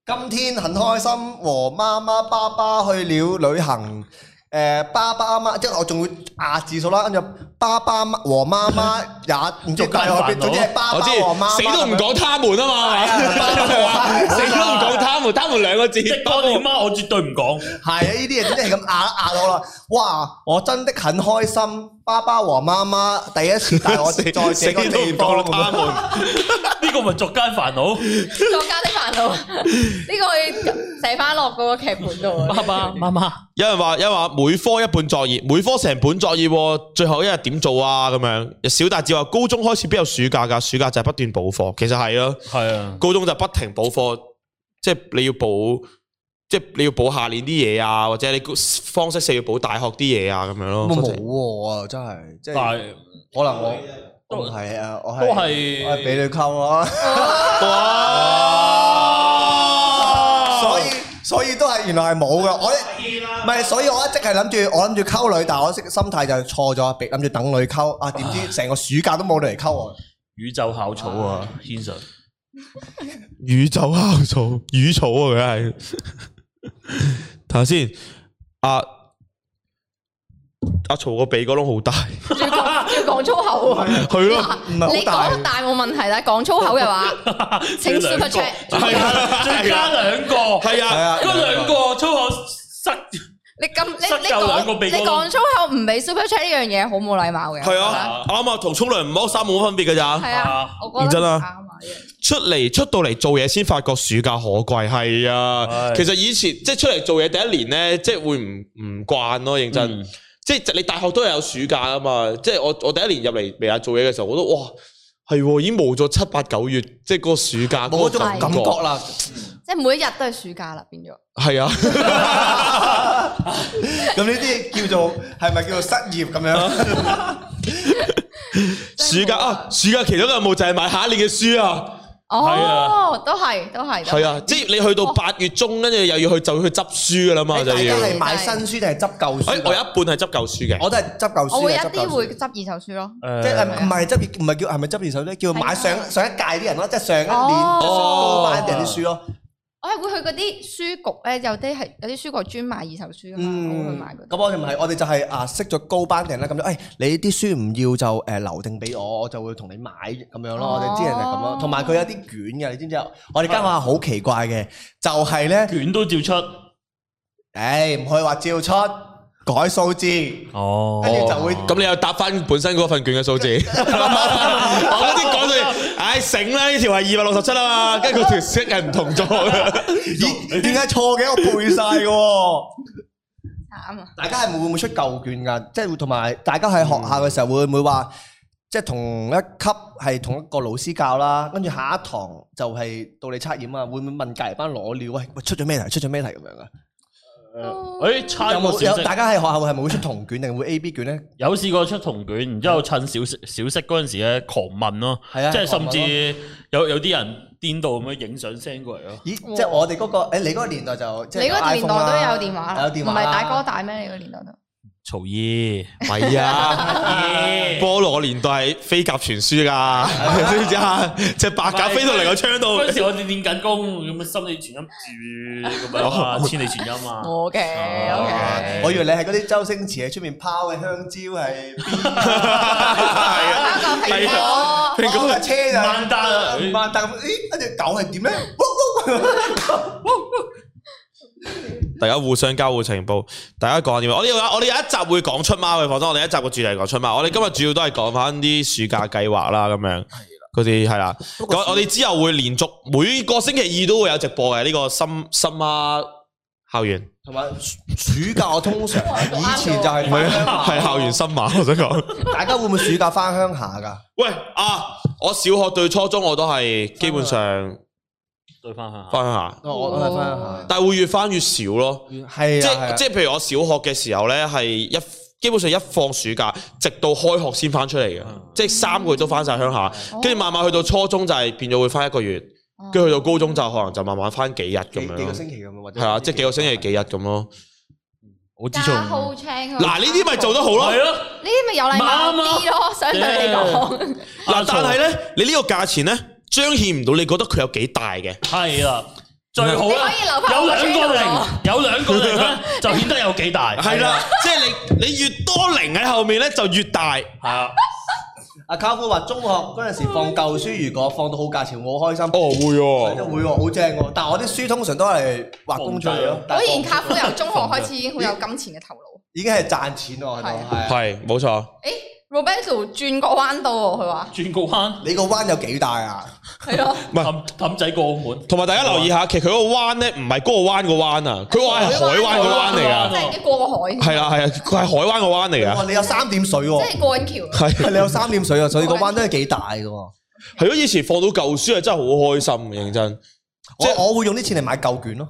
今天很開心，和媽媽爸爸去了旅行。誒、爸爸媽媽，即係我仲會壓字數啦，跟住爸爸媽和媽 (laughs) 媽也唔知帶我去邊，總之係爸爸我知和媽媽，死都唔講他們啊嘛，死都唔講他們，他們兩個字。即幫你媽，我絕對唔講。係啊，呢啲嘢真係咁壓壓到啦！哇，我真的很開心，爸爸和媽媽第一次帶 (laughs) 我死在這個死都地唔講他方。們。 (laughs) 呢個咪作奸煩惱。作家的煩惱，呢個要寫翻落嗰個劇本度啊。爸媽媽，有人話，有人話每科一半作業，每科成本作業喎，最後一日點做啊？咁樣。小達志話：高中開始邊有暑假㗎？暑假就係不斷補課，其實係咯。係啊，高中就不停補課，即係你要補，即係你要補下年啲嘢啊，或者你方式四要補大學啲嘢啊，咁樣咯。冇喎，真係，即但係係可能我都都係啊，我係都係我係俾你溝咯，哇！所以所以都係原來係冇嘅，我一唔係，所以我一直係諗住我諗住溝女，但係我識心態就錯咗，俾諗住 À, 等女溝啊，點知成個暑假都冇女嚟溝我。宇宙校草啊，天上宇宙酵素， (laughs) 宇草啊，佢系睇下先。阿阿曹個鼻哥窿好大，仲要講仲要講粗口喎。去咯，唔係好你大講大冇問題，但係講粗口嘅話，請 super check。係啊，再加兩個，係係啊，啊嗰兩個粗口塞，你咁你塞你夠兩個講鼻哥窿你講粗口唔俾 super check 呢樣嘢好冇禮貌嘅。係啊，啱啊，同沖涼唔剝衫冇乜分別㗎咋。係啊啊，我覺認得真啊啱啊呢樣出嚟出到嚟做嘢先發覺暑假可貴，係啊。係其實以前即係出嚟做嘢第一年咧，即係會唔唔慣咯，認真。嗯即係你大學都係有暑假啊嘛。即係我我第一年入嚟微亞做嘢嘅時候，我都哇係喎，已經冇咗七八九月，即係嗰個暑假冇嗰嗰個種感感覺覺。啦。即係每一日都係暑假啦，變咗。係 (laughs) 啊，咁呢啲叫做係咪叫做失業咁樣？暑假啊，暑假其中一個任務就係買下一年嘅書啊。係啊哦，都係都係。都係啊，即係你去到八月中，跟住又要去就要去執書噶啦嘛，大就家要。係買新書定係執舊哎書？，我有一半係執舊書嘅。我都係執舊書嘅。我會有一執舊啲書會執二手書咯。即係誒唔係執業，唔係叫係咪執業手咧？叫買啊係啊上上一屆啲人咯，即係上一年哦即係上高班人啲書咯。我係會去嗰啲書局咧，有啲係有啲書局專賣二手書啊嘛，我會去嗯買嗰，咁啲。我哋咪係，我哋就係啊識咗高班人啦，咁就誒你啲書唔要就誒留定俾我，我就會同你買咁樣咯。我哋之前就係咁哦咯，同埋佢有啲卷嘅，你知唔知啊？我哋間學校好奇怪嘅，就係咧，卷都照出，誒唔可以話照出改數字，哦跟住就會咁你又答翻本身嗰份卷嘅數字， (laughs) 我嗰啲講 (laughs) 到，唉醒啦！呢條係二百六十七啊嘛，跟住佢條色係唔同咗嘅。咦點解錯嘅？我背晒嘅喎。慘啊！大家係會唔會出舊卷㗎？即係同埋大家喺學校嘅時候會唔會話，即係同一級係同一個老師教啦，跟住下一堂就係到你測驗啊，會唔會問隔離班攞料？喂，喂出咗咩題？出咗咩題咁樣㗎？誒差有個冇小有息，大家喺學校係咪會出同卷定會 A B 卷咧？有試過出同卷，然之後趁小息小息嗰陣時咧狂問咯，係啊即狂係問甚咯至有有啲人顛到咁樣影相 send 過嚟咯。咦，即係我哋嗰個誒，你嗰個年代就即係你嗰個年代 iPhone ờ, 啦都有電話啦，有唔電話係大哥大大咩？你個年代都曹姨，唔係啊，咦菠蘿年代係飛鴿傳書㗎，知唔知啊？隻白鴿飛到嚟個 (laughs) 窗嗰度陣。時我哋練緊功，咁樣心理傳音住咁樣啊，千里傳音啊。我嘅哦 Ờ, OK。我以為你係嗰啲周星馳喺出面拋嘅香蕉係 (laughs) 係啊包個係蘋啊果，蘋果嗰架車就係萬達啊唔萬達咁，咦？一隻狗係 (laughs) (laughs) 點咧？大家互相交互情報，大家講下點啊？我哋有我哋有一集會講出貓嘅，放心，我哋一集嘅主題講出貓。我哋今日主要都係講翻啲暑假計劃啦，咁樣嗰啲係啦。咁我哋之後會連續每個星期二都會有直播嘅呢、個深深啊校園，同埋暑暑假我通常啱咗以前就係唔係啊返鄉下係校園深馬，我想講。大家會唔會暑假翻鄉下㗎？喂啊！我小學對初中我都係基本上對翻鄉下。翻鄉下，哦我我係翻但係會越翻越少咯。鄉下，係即啊，即係譬如我小學嘅時候呢，係一基本上一放暑假，直到開學先翻出嚟嘅，即係三個月都翻晒鄉下，跟住慢慢去到初中就係變咗會翻一個月，跟住去到高中就可能就慢慢翻幾日咁幾幾個樣，星期咁樣，或者係啊，即係幾個星期幾日咁咯。我知加錯號。青啊嗱呢啲咪做得好咯係。咯。呢啲咪有禮貌啲咯，相對嚟講。嗱，但係啊咧，你呢個價錢咧，彰顯唔到你覺得佢有幾大嘅。係啦，最好你可啦以留，翻有我兩個車零度，有兩個零咧，就顯得有幾大。係啦，即係你你越多零喺後面咧，就越大。係啊，阿卡夫話中學嗰陣時放舊書，如果放到好價錢，我好開心。哦，會真喎。係會喎，好正喎！但係我啲書通常都係畫工出嚟咯，但果係然卡夫由中學開始已經好有金錢嘅頭腦。已經係賺錢喎，係咪？係啊係，冇錯。誒，Roberto 轉個彎到喎，佢話轉個彎，你個灣有幾大啊？係咯，唔係氹氹仔過澳門。同埋大家留意下，其實佢嗰個灣咧唔係嗰個灣個灣啊，佢話係海灣個灣嚟海㗎。灣即係已經過個海，係啦係啊，佢係海灣個灣嚟哇！㗎。你有三點水即喎，係過緊橋。係 (laughs) 係你有三點水啊，所以個灣真係幾大嘅喎。係咯，以前放到舊書係真係好開心嘅，認真。即係我我會用啲錢嚟買舊卷咯。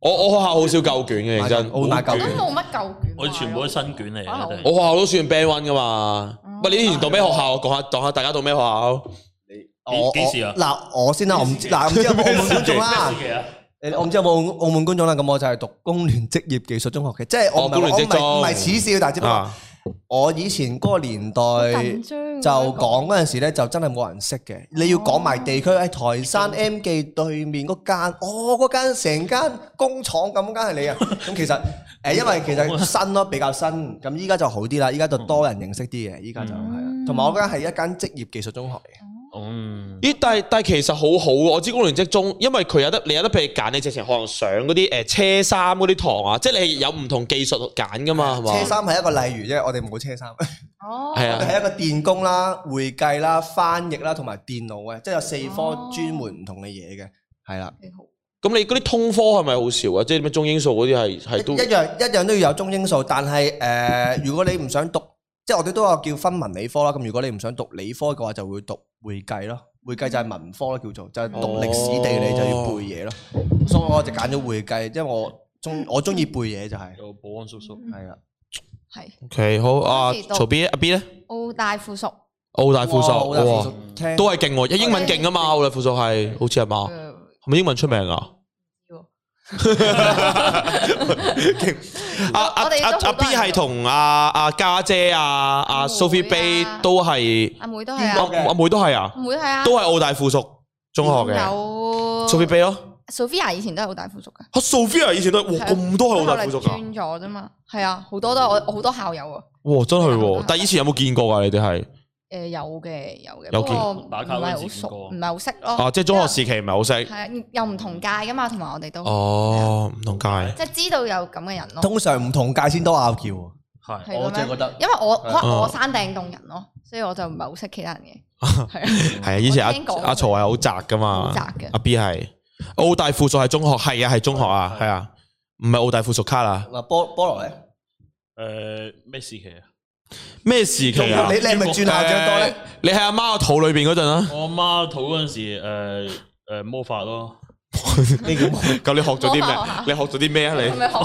我我學校好少舊卷嘅，認真。我買舊都卷冇乜舊卷，我哋全部都新卷嚟啊嘅，我學校都算 band one 㗎嘛。嗯喂，你以前讀咩學校？講下講下，大家讀咩學校？我幾時啊我嗱，我先啦，我唔知嗱，我唔知有冇澳門觀眾啦咩。事嘅？誒我唔知有冇澳門觀眾啦。咁我就係讀工聯職業技術中學嘅，即係我唔哦工係聯我唔職中係唔係恥笑，但係只不過啊我以前嗰個年代緊張就啊講嗰陣時咧，就真係冇人識嘅。你要講埋地區，喺台山 M 記對面嗰間，哦嗰間成間工廠咁嗰間係你啊！咁其實誒，因為其實新咯，比較新，咁依家就好啲啦，依家就多人認識啲嘅，依家就係啊嗯。同埋我嗰間係一間職業技術中學嚟嗯，咦，但係但係其實好好喎！我知工聯職中，因為佢有得你有得俾你揀，你直情可能上嗰啲誒車衫嗰啲堂啊，即係你係有唔同技術揀噶嘛，係嘛？嘅。車衫係一個例如啫，我哋冇車衫，哦，係我啊哋係一個電工啦、會計啦、翻譯啦同埋電腦嘅，即係有四科哦專門唔同嘅嘢嘅，係啦。幾好咁你嗰啲通科係咪好少啊？即係咩中英數嗰啲係係都一樣一樣都要有中英數，但係誒、呃如果你唔想讀，即係我哋都有叫分文理科啦。咁如果你唔想讀理科嘅話，就會讀會計咯。會計就係文科啦，叫做就係、讀歷史地理就要背嘢咯。咁所以我就揀咗會計，因為我中我中意背嘢就係有保安叔嗯叔，係啦。係 OK 好啊當時，讀曹 B 呢阿 B 咧，澳大附屬澳大附哇屬好大附哇屬，聽都係勁喎，英文勁啊嘛，澳大附屬係好似係嘛，誒係咪英文出名啊？阿阿我哋阿阿都好多啊 B 人係同阿阿家姐啊阿阿 Sophie 妹 Bay 啊都係，阿妹都係阿啊，阿妹都係啊阿，妹係啊，都係澳大附屬中學嘅有呃 Sophie Bay 咯。 Sophia 以前都係澳大附屬嘅，啊，Sophia 以前都係哇係啊咁多哦係澳大附屬嗯後嚟㗎，轉咗啫嘛，係啊，好多都係我我好多校友啊。哇真係喎！係但係以前有冇見過啊？你哋係誒呃有嘅有嘅，有不過見打卡唔嗰係陣時好見熟，過唔係好識咯。啊，即係中學時期唔係好識係啊，又唔同屆噶嘛，同埋我哋都哦，唔同屆。即係知道有咁嘅人咯。通常唔同界先多拗撬喎，係啊係咁我真係樣覺得因為我可能哦我山頂洞人咯，所以我就唔係好識其他人 (laughs) 嘅。係啊，係啊，以前阿我聽講阿曹係好宅噶嘛好宅嘅，啊阿 B 係澳大附屬係中學，係啊係中學啊，係係啊，唔係澳大附屬卡啊啦。嗱菠菠蘿咧，誒咩時期啊？咩時期啊你？你係咪轉校 (laughs) 長多咧？你喺阿媽個肚裏邊嗰陣啊？我媽肚嗰陣時，誒誒魔法咯， (laughs) 咁你學咗啲我學下咩？你學咗啲咩啊？係你咪學法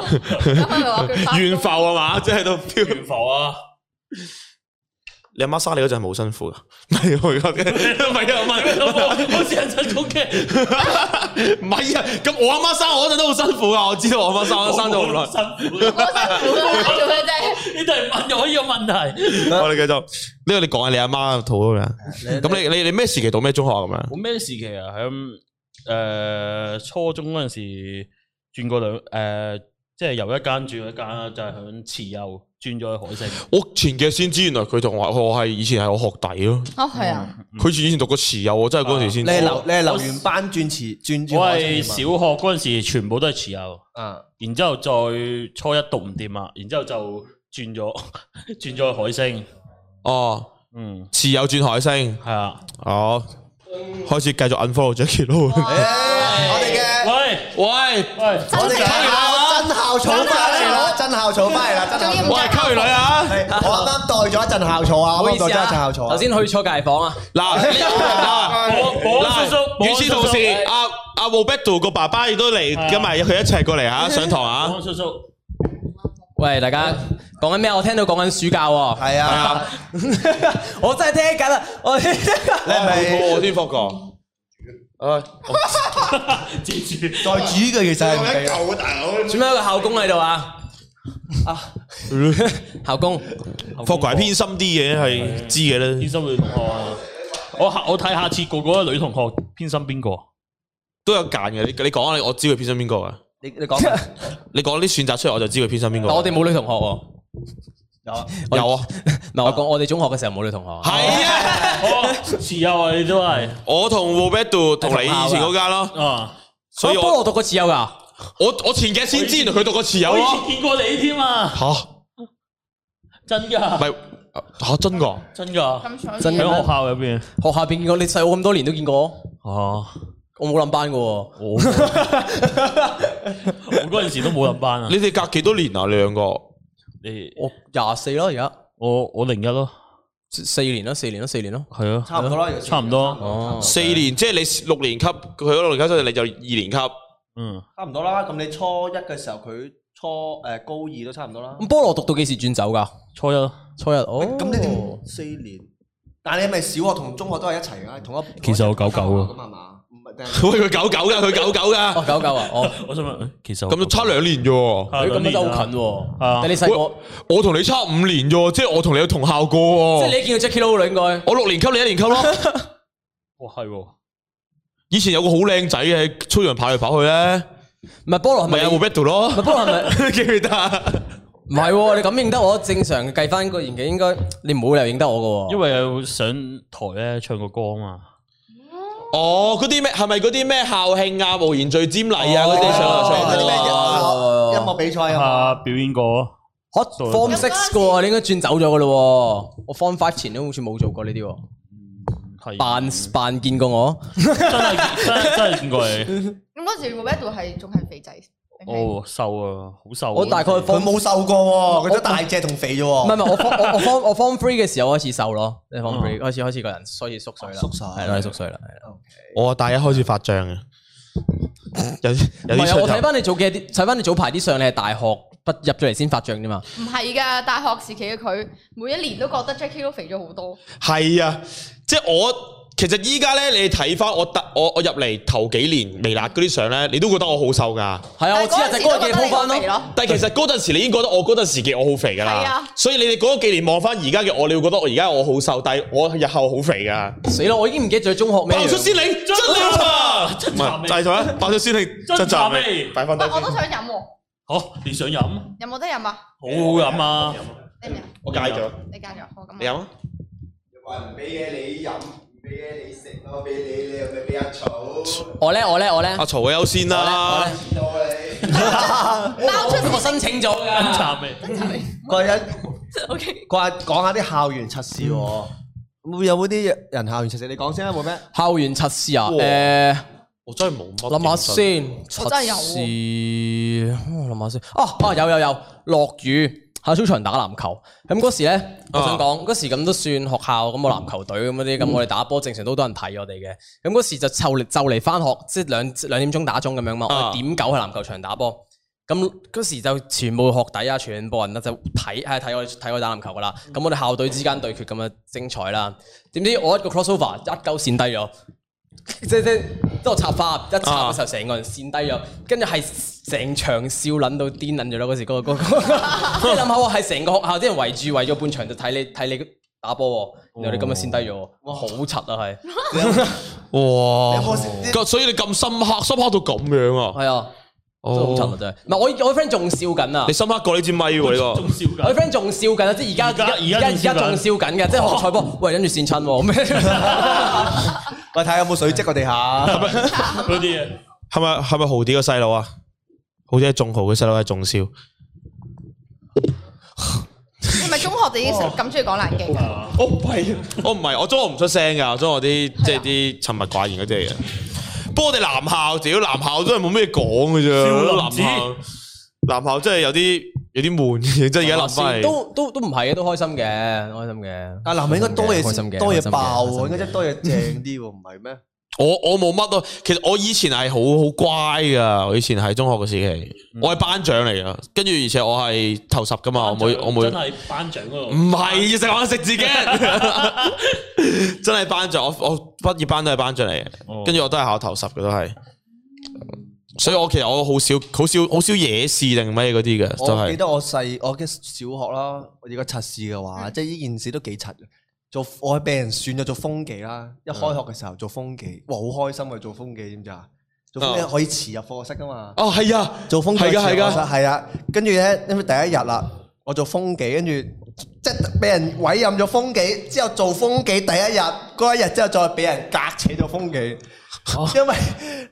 (laughs) 啊？啱啱咪話佢法怨工浮啊嘛，即係喺度 (laughs) 飄。拳浮啊，你阿媽生你嗰陣係冇辛苦噶，啊唔係佢講嘅唔係啊，唔 (laughs) 係啊，我我成日就講嘅， (laughs) 唔係啊。咁我阿媽生我嗰陣都好辛苦啊噶，我知道我阿媽生 (laughs) 我生咗好耐。耐，辛苦，好辛 (laughs) 苦啊！做咩啫？你哋問我呢個問題。我哋繼續呢個你講下你阿媽個肚啊咁樣。咁你你你咩時期讀咩中學啊咁樣？我咩時期啊？喺誒、呃初中嗰陣時轉過兩誒、呃即係由一間轉一間啦，就係響慈幼轉咗去海星。我前幾日先知，原來佢同我我係以前係我學弟咯。哦，係啊，嗯佢以前讀過持有，我真係嗰陣時先哦啊知。你係留你係留完班轉詞轉轉我海青係小㗎學嗰陣時全部都係慈幼，嘛啊。然之後再初一讀唔掂啊，然之後就轉咗 (laughs) 轉咗去海星。哦，嗯，持有轉海星，係啊。哦，開始繼續 unfollow Jackie 咯。誒我哋嘅喂喂喂，我哋嘅真校草翻嚟啦，真校草翻嚟啦，真校仲草要唔喂，溝完女啊！係我啱啱代咗一陣校草啊，唔好我意啱啱思代咗一陣啊，校草啊頭。先去錯界房啊，嗱你嗱保保安叔叔，保與安此叔同叔時，，阿阿 w o b e t o 個爸爸亦都嚟，今日佢一齊過嚟嚇上堂保啊！安叔叔，喂，大家講緊咩？啊我聽到講緊暑假喎，係啊， (laughs) 我真係聽緊啊啦，我你係咪我先發覺， (laughs) 哦唉，接住。代主嘅其實係唔俾啊做咩有個校工喺度啊？啊， (laughs) 校工，霍哥係偏心啲嘅，係知嘅偏咧，心女同學啊！我下我睇下次個個女同學偏心邊個？都有揀嘅。你你講啊，你我知佢偏心邊個嘅。你你 (laughs) 講你講啲選擇出嚟，我就知佢偏心邊個。啊但我哋冇女同學喎，有啊有啊，唔係我講我哋中學嘅時候冇女同學，係啊。哦，持有啊，你都係我同 Roberto 同你以前嗰間咯，啊！所以我菠我蘿讀過自由㗎，我我前幾日先知原來佢讀過持有啊我以咯，前見過你添啊，吓唔真㗎，係吓真噶，真㗎，咁所以哦真嘅喺咩學校入邊學校邊見過，你細我咁多年都見過，哦，我冇冧班嘅喎。 (laughs) 我我嗰陣時都冇入班啊你，哋隔幾多年啊？你兩個你我廿四咯，而家我我零一咯，四年咯，四年咯，四年咯。係啊，差唔多啦，有時差唔多，哦，四年，即係你六年級，佢嗰六年級，所以你就二年級。 (laughs) 嗯，差唔多啦。咁你初一嘅時候，佢初誒高二都差唔多啦。咁菠蘿讀到幾時轉走㗎？初一咯，初日哦。咁你點四年？但係你係咪小學同中學都係一齊㗎？同一其實我狗狗啊咁係嘛？唔係定係喂，佢狗狗噶，佢狗狗噶，哦，九九啊，哦，我想問，誒其實嗯咁就差兩年啫喎。啊佢咁兩樣年都啊好近喎。啊但係你細個，我同你差五年啫喎，即係我同你有同校過喎。即係你見到 Jackie Lou 啦，應該。我六年級，你一年級咯。哇哦係喎，以前有個好靚仔嘅喺操場跑嚟跑去咧，唔係菠蘿係啊咪咪？有唔 b e t t 咯 (laughs) 係，菠蘿係咪？記唔記得啊？唔係喎，你咁認得我，正常計翻個年紀應該，你冇理由認得我嘅因喎。為有上台咧唱過歌啊嘛。哦，嗰啲咩係咪嗰啲咩校慶啊、無言聚尖禮啊嗰啲上哦嚟嗰啲咩上去？哦音樂音樂比賽啊啊嘛？表演過，我 form six 嘅喎，你應該轉走咗嘅咯喎。我 form five 前都好似冇做過呢啲喎，係扮嗯扮見過我。真係真係真係見過你。咁嗰時 Roberto 係仲係肥仔，定係 (laughs) 哦，瘦啊，好瘦啊。我大概嗰陣時 form 佢冇瘦過喎，佢都大隻同肥啫唔喎。係唔係，我 form 我 form 我 form three 嘅時候開始瘦咯，即係 form 哦 three 開始開始個人開始縮水啦，縮水係啦，係縮水啦，係啦。我大一開始發脹嘅，有唔有啲係啊，出我睇頭。翻你早嘅啲，睇翻你早排啲相，你係大學畢入咗嚟先發脹啫嘛。唔係㗎，大學時期嘅佢，每一年都覺得 Jackie 都肥咗好多。係啊，即係我其實依家咧，你睇翻我特我我入嚟頭幾年微辣嗰啲相咧，你都覺得我好瘦㗎。係啊，我知啊，但就係係嗰陣時嗰個嘢都覺得你好鋪翻肥咯。咯。但係其實嗰陣時你已經覺得我嗰陣時嘅我好肥㗎係啦啊，所以你哋嗰幾年望翻而家嘅我，你會覺得我而家我好瘦，但係我日後好肥㗎。死咯，我已經唔記得咗中學咩爆出樣。先令，真靚茶，真唔茶味係就係啊啦，爆出先令，真茶味擺翻低喂，我都先。想飲喎，好，你想飲？好有冇得飲啊？好飲 (laughs) 啊！你唔飲？我戒咗，你戒咗，好咁啊。你飲啊？唔俾嘢你飲，唔俾嘢你食咯，俾你你又咪俾阿草，我咧，我咧，我咧，阿曹嘅優先我啦咧，，多 (laughs) 你。爆出我申請咗真啊㗎。茶味，個人 O K，講下講下啲校園測試喎，嗯會有冇啲人校園測試？你講先啊，冇咩？校園測試啊，哇誒。我真係冇乜。諗下，先，我真係有測試我諗下先。啊啊有有有，落雨喺操場打籃球。咁嗰時咧，啊我想講嗰時咁都算學校咁我籃球隊咁嗰啲，嗯咁我哋打波正常都好多人睇我哋嘅。咁嗰時就湊力就嚟翻學，即係兩兩點鐘打鐘咁樣嘛。我啊哋點九喺籃球場打波。咁嗰時就全部學弟啊，全部人咧就睇係睇我睇我打籃球噶啦。咁我哋校隊之間對決咁啊精彩啦。點知我一個 crossover 一鳩線低咗。 (laughs) 即啊即即我插花一插嘅時候，成個人跣低咗，跟住係成場笑撚到癲撚咗咯！嗰時 (laughs) 嗰、個嗰、個，即係諗下喎，係成個學校啲人圍住圍咗半場就睇你睇你打波喎，然後你今日跣低咗喎，嗯哇好柒啊係，哇！咁所以你咁深刻，深刻到咁樣啊？哦係啊，真係好柒啊真係。唔係我我 friend 仲笑緊啊你，深刻過呢支咪喎呢個仲。笑我緊。 friend 仲笑緊啊，即係而家而家而家而而家家仲仲笑笑緊嘅，即係學賽波，喂跟住跣親喎咁樣。喂，睇下有冇水跡個地下。嗰啲嘢，係咪係咪豪啲個細佬啊？好似係仲豪嘅細佬係仲少，你咪中學就已經哦咁中意講冷勁啊？我唔係，我哦唔係，我中學唔出聲㗎，我中學啲即係啊啲沉默寡言嗰啲嚟嘅。不過我哋男校，屌男校真係冇咩講嘅啫，少林男寺校男校真係有啲有啲悶 (laughs) 嘅，真係而家諗翻嚟。都都都唔係嘅，都開心嘅，開心嘅。啊阿男人應該多嘢開心嘅多開心嘢嘅爆開心喎，嘅應該真係多嘢正啲喎，唔係 (laughs) 咩？我我冇乜咯，其實我以前係好好乖噶，我以前係中學嘅時期，我係班長嚟噶，跟住而且我係頭十噶啊嘛，我每我每啊真係頒獎嗰度。唔係食我食自己， (laughs) 真係班長，我我畢業班都係班長嚟哦嘅，跟住我都係考頭十嘅都係，所以我其實我好少好少好少惹事定咩嗰啲嘅，都我記係得我細我嘅小學啦，我如果測試嘅嗯話，即係呢件事都幾柒嘅。做我係俾人算咗做風紀啦，一嗯開學嘅時候做風紀，哇好開心啊！做風紀知唔知啊？做風紀可以遲入課室噶嘛？哦係啊，做風紀係㗎係㗎㗎係啊。跟住咧，因為第一日啦，我做風紀，跟住即係俾人委任咗風紀，之後做風紀第一日嗰一日之後再俾人革扯咗風紀。因為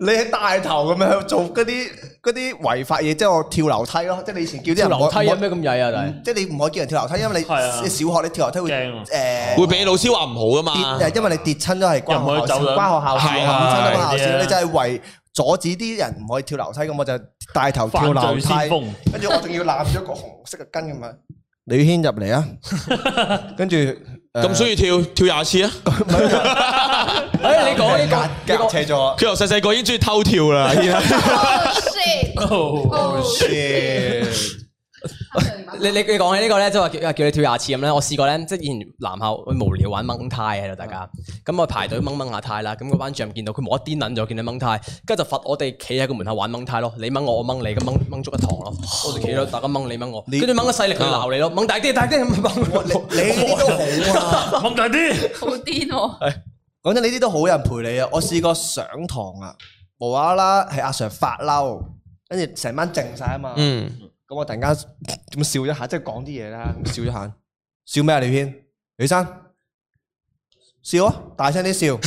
你喺大頭咁樣做嗰啲嗰啲違法嘢，即係我跳樓梯咯，即係你以前叫啲跳人唔可樓梯唔有可咩咁曳啊？但係即係你唔可以叫人跳樓梯，因為你係啊你小學你跳樓梯會驚啊誒會俾老師話唔好噶嘛，跌，因為你跌親都係關又唔可學以校走事，兩關學校事，係跌親都關學校係事，啊你就係為阻止啲人唔可以跳樓梯咁，我就帶頭跳犯樓罪梯先，鋒，跟住我仲要攬咗個紅色嘅巾咁樣，你要牽 (laughs) 入嚟啊！跟住咁所以跳跳廿次啊，誒你講呢個，你隔講斜咗。佢由細細個已經中意偷跳 (laughs) 啦，Oh shit！哦 (laughs) 哦哦 shit！物。你你你講起呢個咧，即係話叫叫你跳廿次咁咧，我試過咧，即係以前男校會無聊玩掹呔喺度，大家咁我排隊掹掹下呔啦，咁嗰班主任見到佢冇一癲撚咗，見你掹呔，跟住就罰我哋企喺個門口玩掹呔咯，你掹我，我掹你，咁掹掹足一堂咯，我哋企喺度大家掹你掹我，跟住掹得勢力佢鬧你咯，掹大啲大啲咁掹，你呢啲都好哦啊！掹大啲，好癲喎！講真，你呢啲都好有人陪你啊！我試過上堂啊，無啦啦係阿 Sir 發嬲，跟住成班靜晒啊嘛。嗯，咁我突然間咁笑一下，即係講啲嘢啦，咁笑一下，笑咩啊？李軒、李生，笑啊！大聲 (laughs) 啲笑，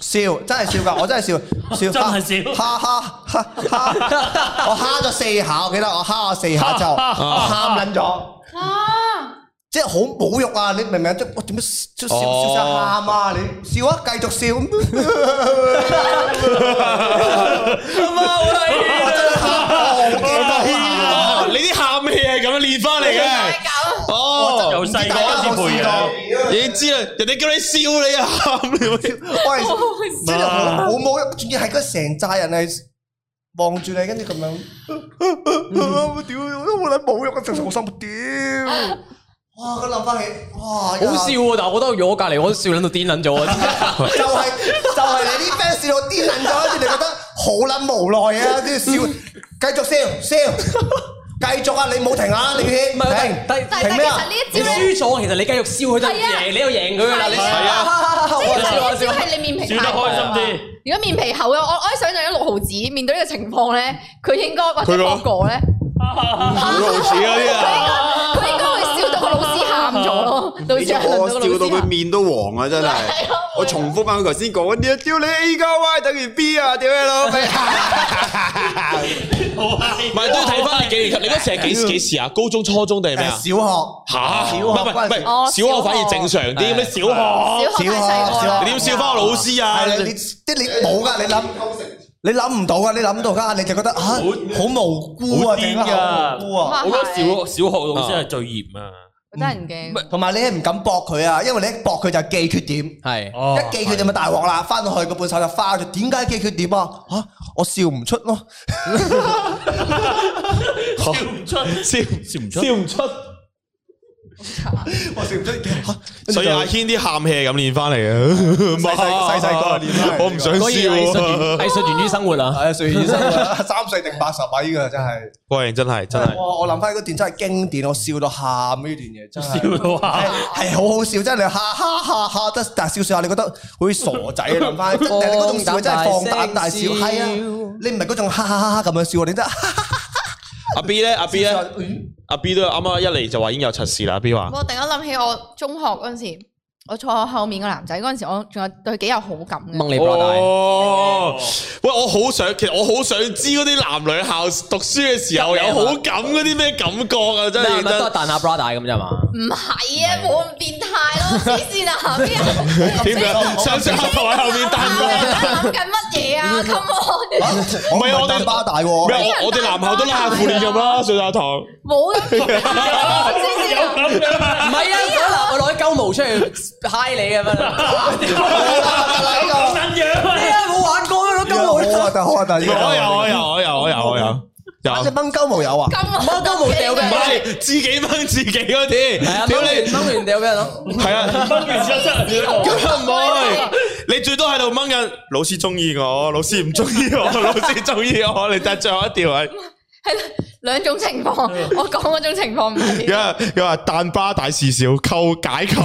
笑真係笑㗎，我真係笑，笑真係笑哈哈哈哈！哈我哈咗四下，我記得我哈咗四下之後， (laughs) 啊我喊撚咗。啊，即係好侮辱啊！你明唔明啊？即係我點樣笑笑哦笑晒喊啊！你笑啊，繼續 (laughs) 笑，(laughs) 啊我真係喊啊哦你啲喊氣係咁樣練翻嚟太嘅，搞，啊哦，由細個開始培 (laughs) 養。已經知啦，人哋叫你笑你啊，喊你會笑， (laughs) (laughs) 我好係好真笑係好好侮辱，仲要係嗰成扎人係望住你，跟住咁樣，我屌，我都冇撚侮辱啊！真係好心屌， (laughs) 哇！佢諗翻起，哇！好好笑喎！但係我覺得如果我隔離我都笑撚到癲撚咗啊！就係就係你啲 fans 到癲撚咗，跟住你覺得好撚無奈啊！跟住笑，繼續笑笑， (laughs) 繼續啊！你冇停啊，你唔係停，但但係停其咩實啊呢？你一招咧，輸咗，其實你繼續笑佢就係啊贏，你又贏佢噶啦，你 (laughs) 係啊哦即係呢笑下一笑招下。係你面皮笑得太厚開心啊嘛啲。如果面皮厚啊嘅，我我可以想象咗六毫子面對呢個情況咧，佢應該或者佢個博哥咧，啊好露齒嗰啲啊。 (laughs) 佢應該會笑到個老師喊咗咯，老你師知喊到我個笑老到師佢喊。面都黃啊！真 (laughs) 係係啊，我重複翻佢頭先講嗰啲啊，屌你 A 加 Y 等於 B 啊！屌你老味， (laughs) 唔係都要睇翻你幾年級，你嗰時係 (laughs) 幾幾時啊？高中、初中定係咩誒啊？小吓，小學唔係唔係關唔事哦係，小學反而正常啲。咁你小學，小學太細個小啦，學你點笑翻我老師啊？學係你即係你冇噶，你諗你諗唔到啊！你諗到噶，你就覺得啊，好無辜啊，好癲整㗎得好無辜咁啊！啊我覺得係小小學老師哦係最嚴啊。我真係唔驚。同埋你係唔敢駁佢啊，因為你一駁佢就記缺點。係哦一記佢哋咪大鑊啦，翻到去個半手就花咗。點解記缺點啊？嚇，我笑唔出咯。笑唔出，笑笑唔出笑唔出。我笑唔出嚇，所以阿軒啲喊氣係咁練翻嚟嘅，啊細細細細個練返嚟我唔想所以藝術笑啊。源藝術源於生活啊！係啊，隨醫生啊， (laughs) 三歲定八十米㗎真係。果然真係真係，哇！我諗翻嗰段真係經典，我笑到喊呢段嘢真係。笑到係喊。係好好笑，真係你哈哈哈哈得，但係笑笑下你覺得好似傻仔啊！諗翻，但係你嗰種笑真係放膽大笑，係啊！你唔係嗰種哈哈哈哈咁樣笑，你真係哈哈阿 B 咧，阿 B 笑咧，阿 B 都啱啱一嚟就話已經有測試啦。阿 B 話我突然間諗起我中學嗰陣時，我坐我後面個男仔嗰陣時，我仲有對佢幾有好感嘅。掹你 b r 大，哦，喂，我好想，其實我好想知嗰啲男女校讀書嘅時候有好感嗰啲咩感覺啊！真係咩認咪都真。係彈下 b r 大咁啫嘛？唔係啊，冇咁變態咯，黐線啊！邊點樣？上上下台後面彈過。諗緊乜嘢啊？Come on， (laughs) 我唔係啊係我哋大巴大哎喎，咩？我我哋男校都拉下褲鏈咁啦，上下堂。冇咁變態啊黐線啊！唔係啊，我嗱我攞啲鳩毛出嚟嗨你咁咁樣啊！樣。你啊冇玩過啊攞鳩毛好核突，好核突！唔係我有，我有，我有，我有，我有。有你掹鳩毛有啊？咁掹鳩毛掉唔嘅係自己掹自己嗰 (laughs) 係啊，啲，屌掹完你掹完掉俾人咯。係啊，掹完之後真係屌咁又唔會，你最多喺度掹緊老師中意我，老師唔中意我，老師中意我，你真係最後一條係，兩種情況，我講嗰種情況唔係有。人有話蛋巴大事小，扣解扣，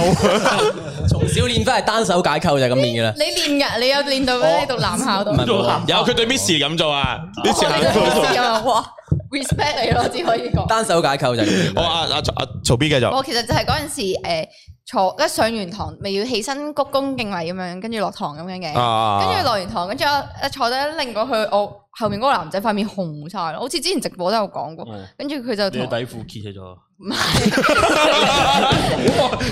從小練翻係單手解構就係咁練嘅啦。你練㗎，你有練到咩？你讀男校度唔。係冇啊有佢對 Miss 咁做啊，Miss 行過度啊！哇，respect 你咯，只可以講。單手解構就係咁練我阿阿阿曹 B 繼續，我其實就係嗰陣時誒、坐一上完堂，咪要起身鞠躬敬禮咁樣，跟住落堂咁樣嘅。啊跟住落完堂，跟住我一坐低拎過去，我後面嗰個男仔塊面紅晒咯，好似之前直播都有講過。嗯跟住佢就你同嘅我底褲揭起咗。唔係，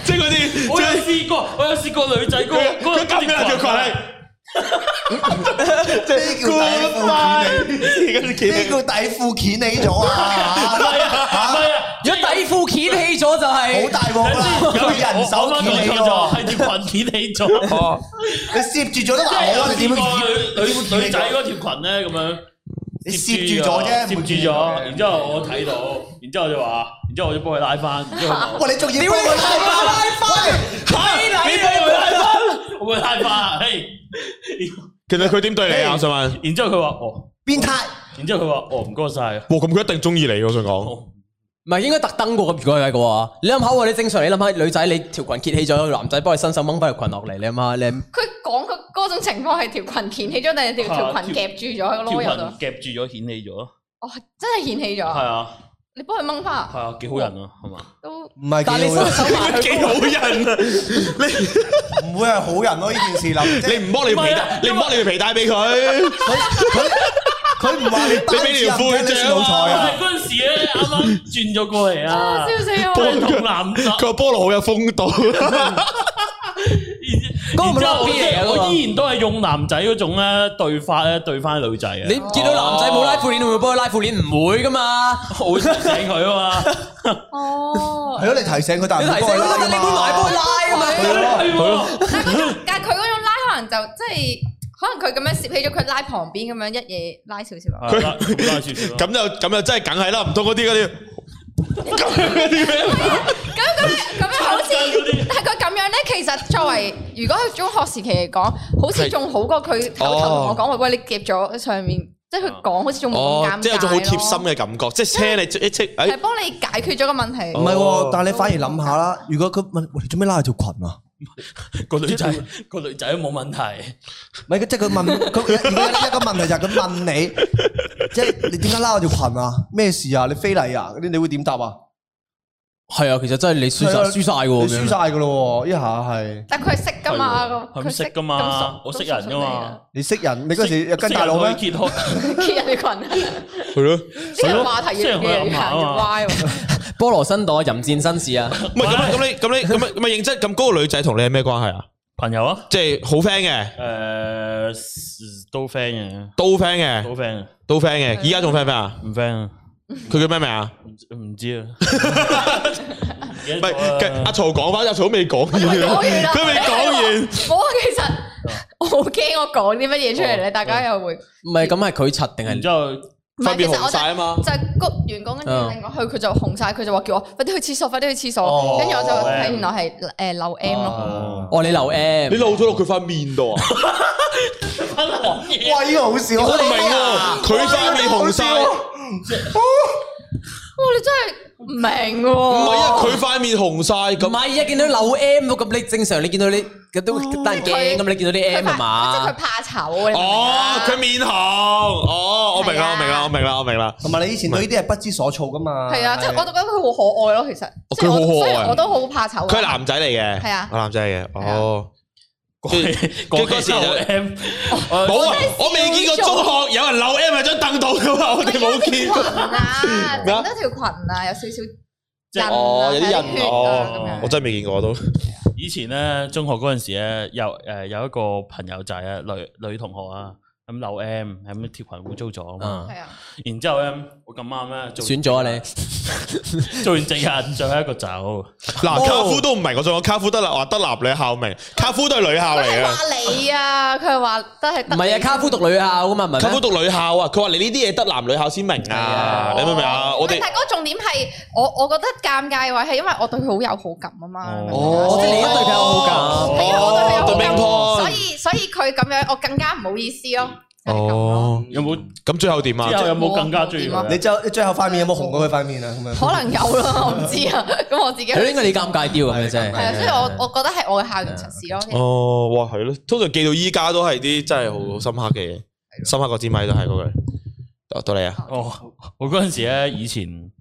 即係嗰啲，我有試過，我有試過女仔嗰佢嗰佢咁樣條裙係。即係跟住見呢叫底褲掀起咗啊！哎係啊，如果底褲掀起咗就好係大鑊啦！佢 어,人手我啱啱掀起講錯咗，咗，啊係條裙掀起咗。哦，你攝住咗都話即係我，有你點試過樣女女女仔嗰條裙咧咁樣，你接攝住咗啫接冇見住到咗，嘅然之後我睇到，然之後我就話，然之後我就幫佢拉翻，然之後佢話喂，你仲要幫我拉翻？你幫佢拉翻，我幫佢拉翻，嘿，其實佢點對你啊？我想問，然之後佢話哦，變態！然之後佢話哦唔該晒啊，哇，咁佢一定中意你，我想講。唔係應該特登過咁，如果係嘅話，你諗下喎，你正常你諗下女仔你條裙揭起咗，男仔幫你伸手掹翻條裙落嚟，你諗下你佢講嗰嗰種情況係條裙掀起咗，定係條係啊條裙夾住咗喺個條啰裙柚度？夾住咗顯起咗，哦，真係掀起係咗，啊你幫佢掹翻啊係啊，幾好人啊，係嘛？都。唔係，但係你伸手埋去，幾好人啊！唔會係好人咯？呢件事 (laughs) 諗，即係你唔剝你皮唔係啊帶，你唔剝你條皮帶俾佢，佢佢唔話你單你俾條止褲唔你算佢好哦我彩係啊！嗰陣時咧，啱啱轉咗過嚟 (laughs) 啊 (laughs) 啊！笑死我！幫同男仔，佢話菠蘿好有風 (laughs) 度。嗰 (laughs) 然個唔之後係我即 B 嚟係嘅我依然都係用男仔嗰種咧對法咧對翻女仔啊！你見到男仔冇拉褲鏈，你會唔會幫佢拉褲鏈？唔會噶嘛。我會提醒佢啊嘛，係哦，咯，你提醒佢，但你提係唔醒幫佢拉嘛佢，但你會埋幫佢拉啊嘛。係喎，但係嗰 (laughs) 種但係佢嗰種拉可能就即係，可能佢咁樣攝起咗，佢拉旁邊咁樣一嘢拉少少啊。係啦拉住少少咁就咁就真係梗係啦，唔通嗰啲嗰啲咁嗰啲咩？咁咁樣咁樣好似嗰啲，但係佢咁樣咧，其實作為如果係中學時期嚟講，好似仲好過佢口頭同我講話，喂，你夾咗喺上面，即係佢講好似仲冇咁尷尬哦，即係有種好貼心嘅，嘅感覺，即係車你一車，哎係幫你解決咗個問題。唔係哦喎，但係你反而諗下啦，如果佢問喂你做咩拉佢條裙啊？個女仔個女仔冇問題，唔係，即係佢問佢佢一個問題就係佢問 (laughs) 你，即係你點解拉我條裙啊？咩事啊？你非禮啊？嗰啲你會點答啊？係啊，其實真係你輸晒係啊輸晒嘅你喎。輸晒噶咯喎！一下係但佢係識噶嘛？係咁咪佢識噶嘛？我識人噶嘛？？你識人，你嗰時有跟大佬咩？識人可以揭開咁熟熟你啊 (laughs) 揭人哋裙，呢係咯，個話題識越人嚟佢越諗下啊行越歪喎。菠蘿新黨淫戰紳士啊！唔係咁咁你咁你咁咪咁咪認真咁嗰個女仔同你係咩關係啊？朋友啊？即係好 friend 嘅，誒都 friend 都 friend 嘅，都嘅， friend 嘅，都 friend 嘅，依家仲 friend 唔 friend 啊？唔 friend 啊？佢叫咩名啊？唔唔知啊，唔係唔佢啊阿曹講翻，阿曹都未講完，講完啦佢未講完。冇啊，其實我好驚我講啲乜嘢出嚟咧，大家又會唔唔係咁係佢柒定然係之 (laughs) 後分係，其別實我紅就晒啊嘛！就係谷完工，跟住嗯另外去佢就紅晒，佢就話叫我快啲去廁所，快啲去廁所。哦跟住我就睇 M 原來係誒漏 M 咯，哦，哦你留 M，你漏咗落佢塊面度啊！哇！呢個好笑， (laughs) 我唔我明喎，佢塊面紅晒，唔哇！你真係唔明喎，唔係啊！佢塊面紅晒唔咁，係啊，見到留 M 咁你正常你見到你咁都得人驚咁，你見到啲 M 即係係嘛哦佢？怕醜啊！你明唔明哦啊，佢面紅，哦，我明係啦，啊我明啦，我明啦，我明啦。同啊埋你以前對呢啲係不知所措噶嘛？係啊，即係我覺得佢好可愛咯，其實即係佢好我所可愛以啊我都好怕醜。佢係，男仔嚟嘅，係啊我男仔嚟嘅，哦。講嗰時就 M，冇啊！我未見過中學有人漏 M 喺張凳度噶嘛，我哋冇見裙過。啊，咩啊整多條裙啊，有少少即係印哦啊，有啲印血哦啊咁樣我真係未見過都。以前咧，中學嗰陣時咧，有誒有一個朋友仔啊，女女同學啊，咁留 M，咁條裙污糟咗啊嘛。嗯，係啊，然之後咧，我咁啱咧做選咗啊你。做完正日，最後一個走。哦嗱，卡夫都唔明，我仲有卡夫德啦，話德立女校名，卡夫都係啊女校嚟佢係嘅，話你啊，佢係話都係唔係啊，卡夫讀女校噶嘛，唔卡係夫咩？讀女校啊，佢話你呢啲嘢得男女校先明啊，你明唔明啊？我哋哦但係嗰個重點係我我覺得尷尬嘅位係因為我對佢好有好感啊嘛，明唔明啊哦，即係你而家對佢有好哦感。係因啊為我對佢有好對感，乒乓所以所以佢咁樣我更加唔好意思咯，就係咁哦啊咯。，有冇咁最後點之啊？後有冇更加中意你佢？最你最後塊面有冇紅過佢塊面啊？咁樣可能有咯，我唔知啊。 (laughs) 咁我自己佢應該你尷尬啲喎，咁樣真係啊，係。所以我我覺得係我嘅校園測試咯。哦，哇，係咯，通常記到依家都係啲真係好好深刻嘅嘢，深刻過支米都係嗰句。到到你啊，哦，我嗰陣時咧，以前 (laughs)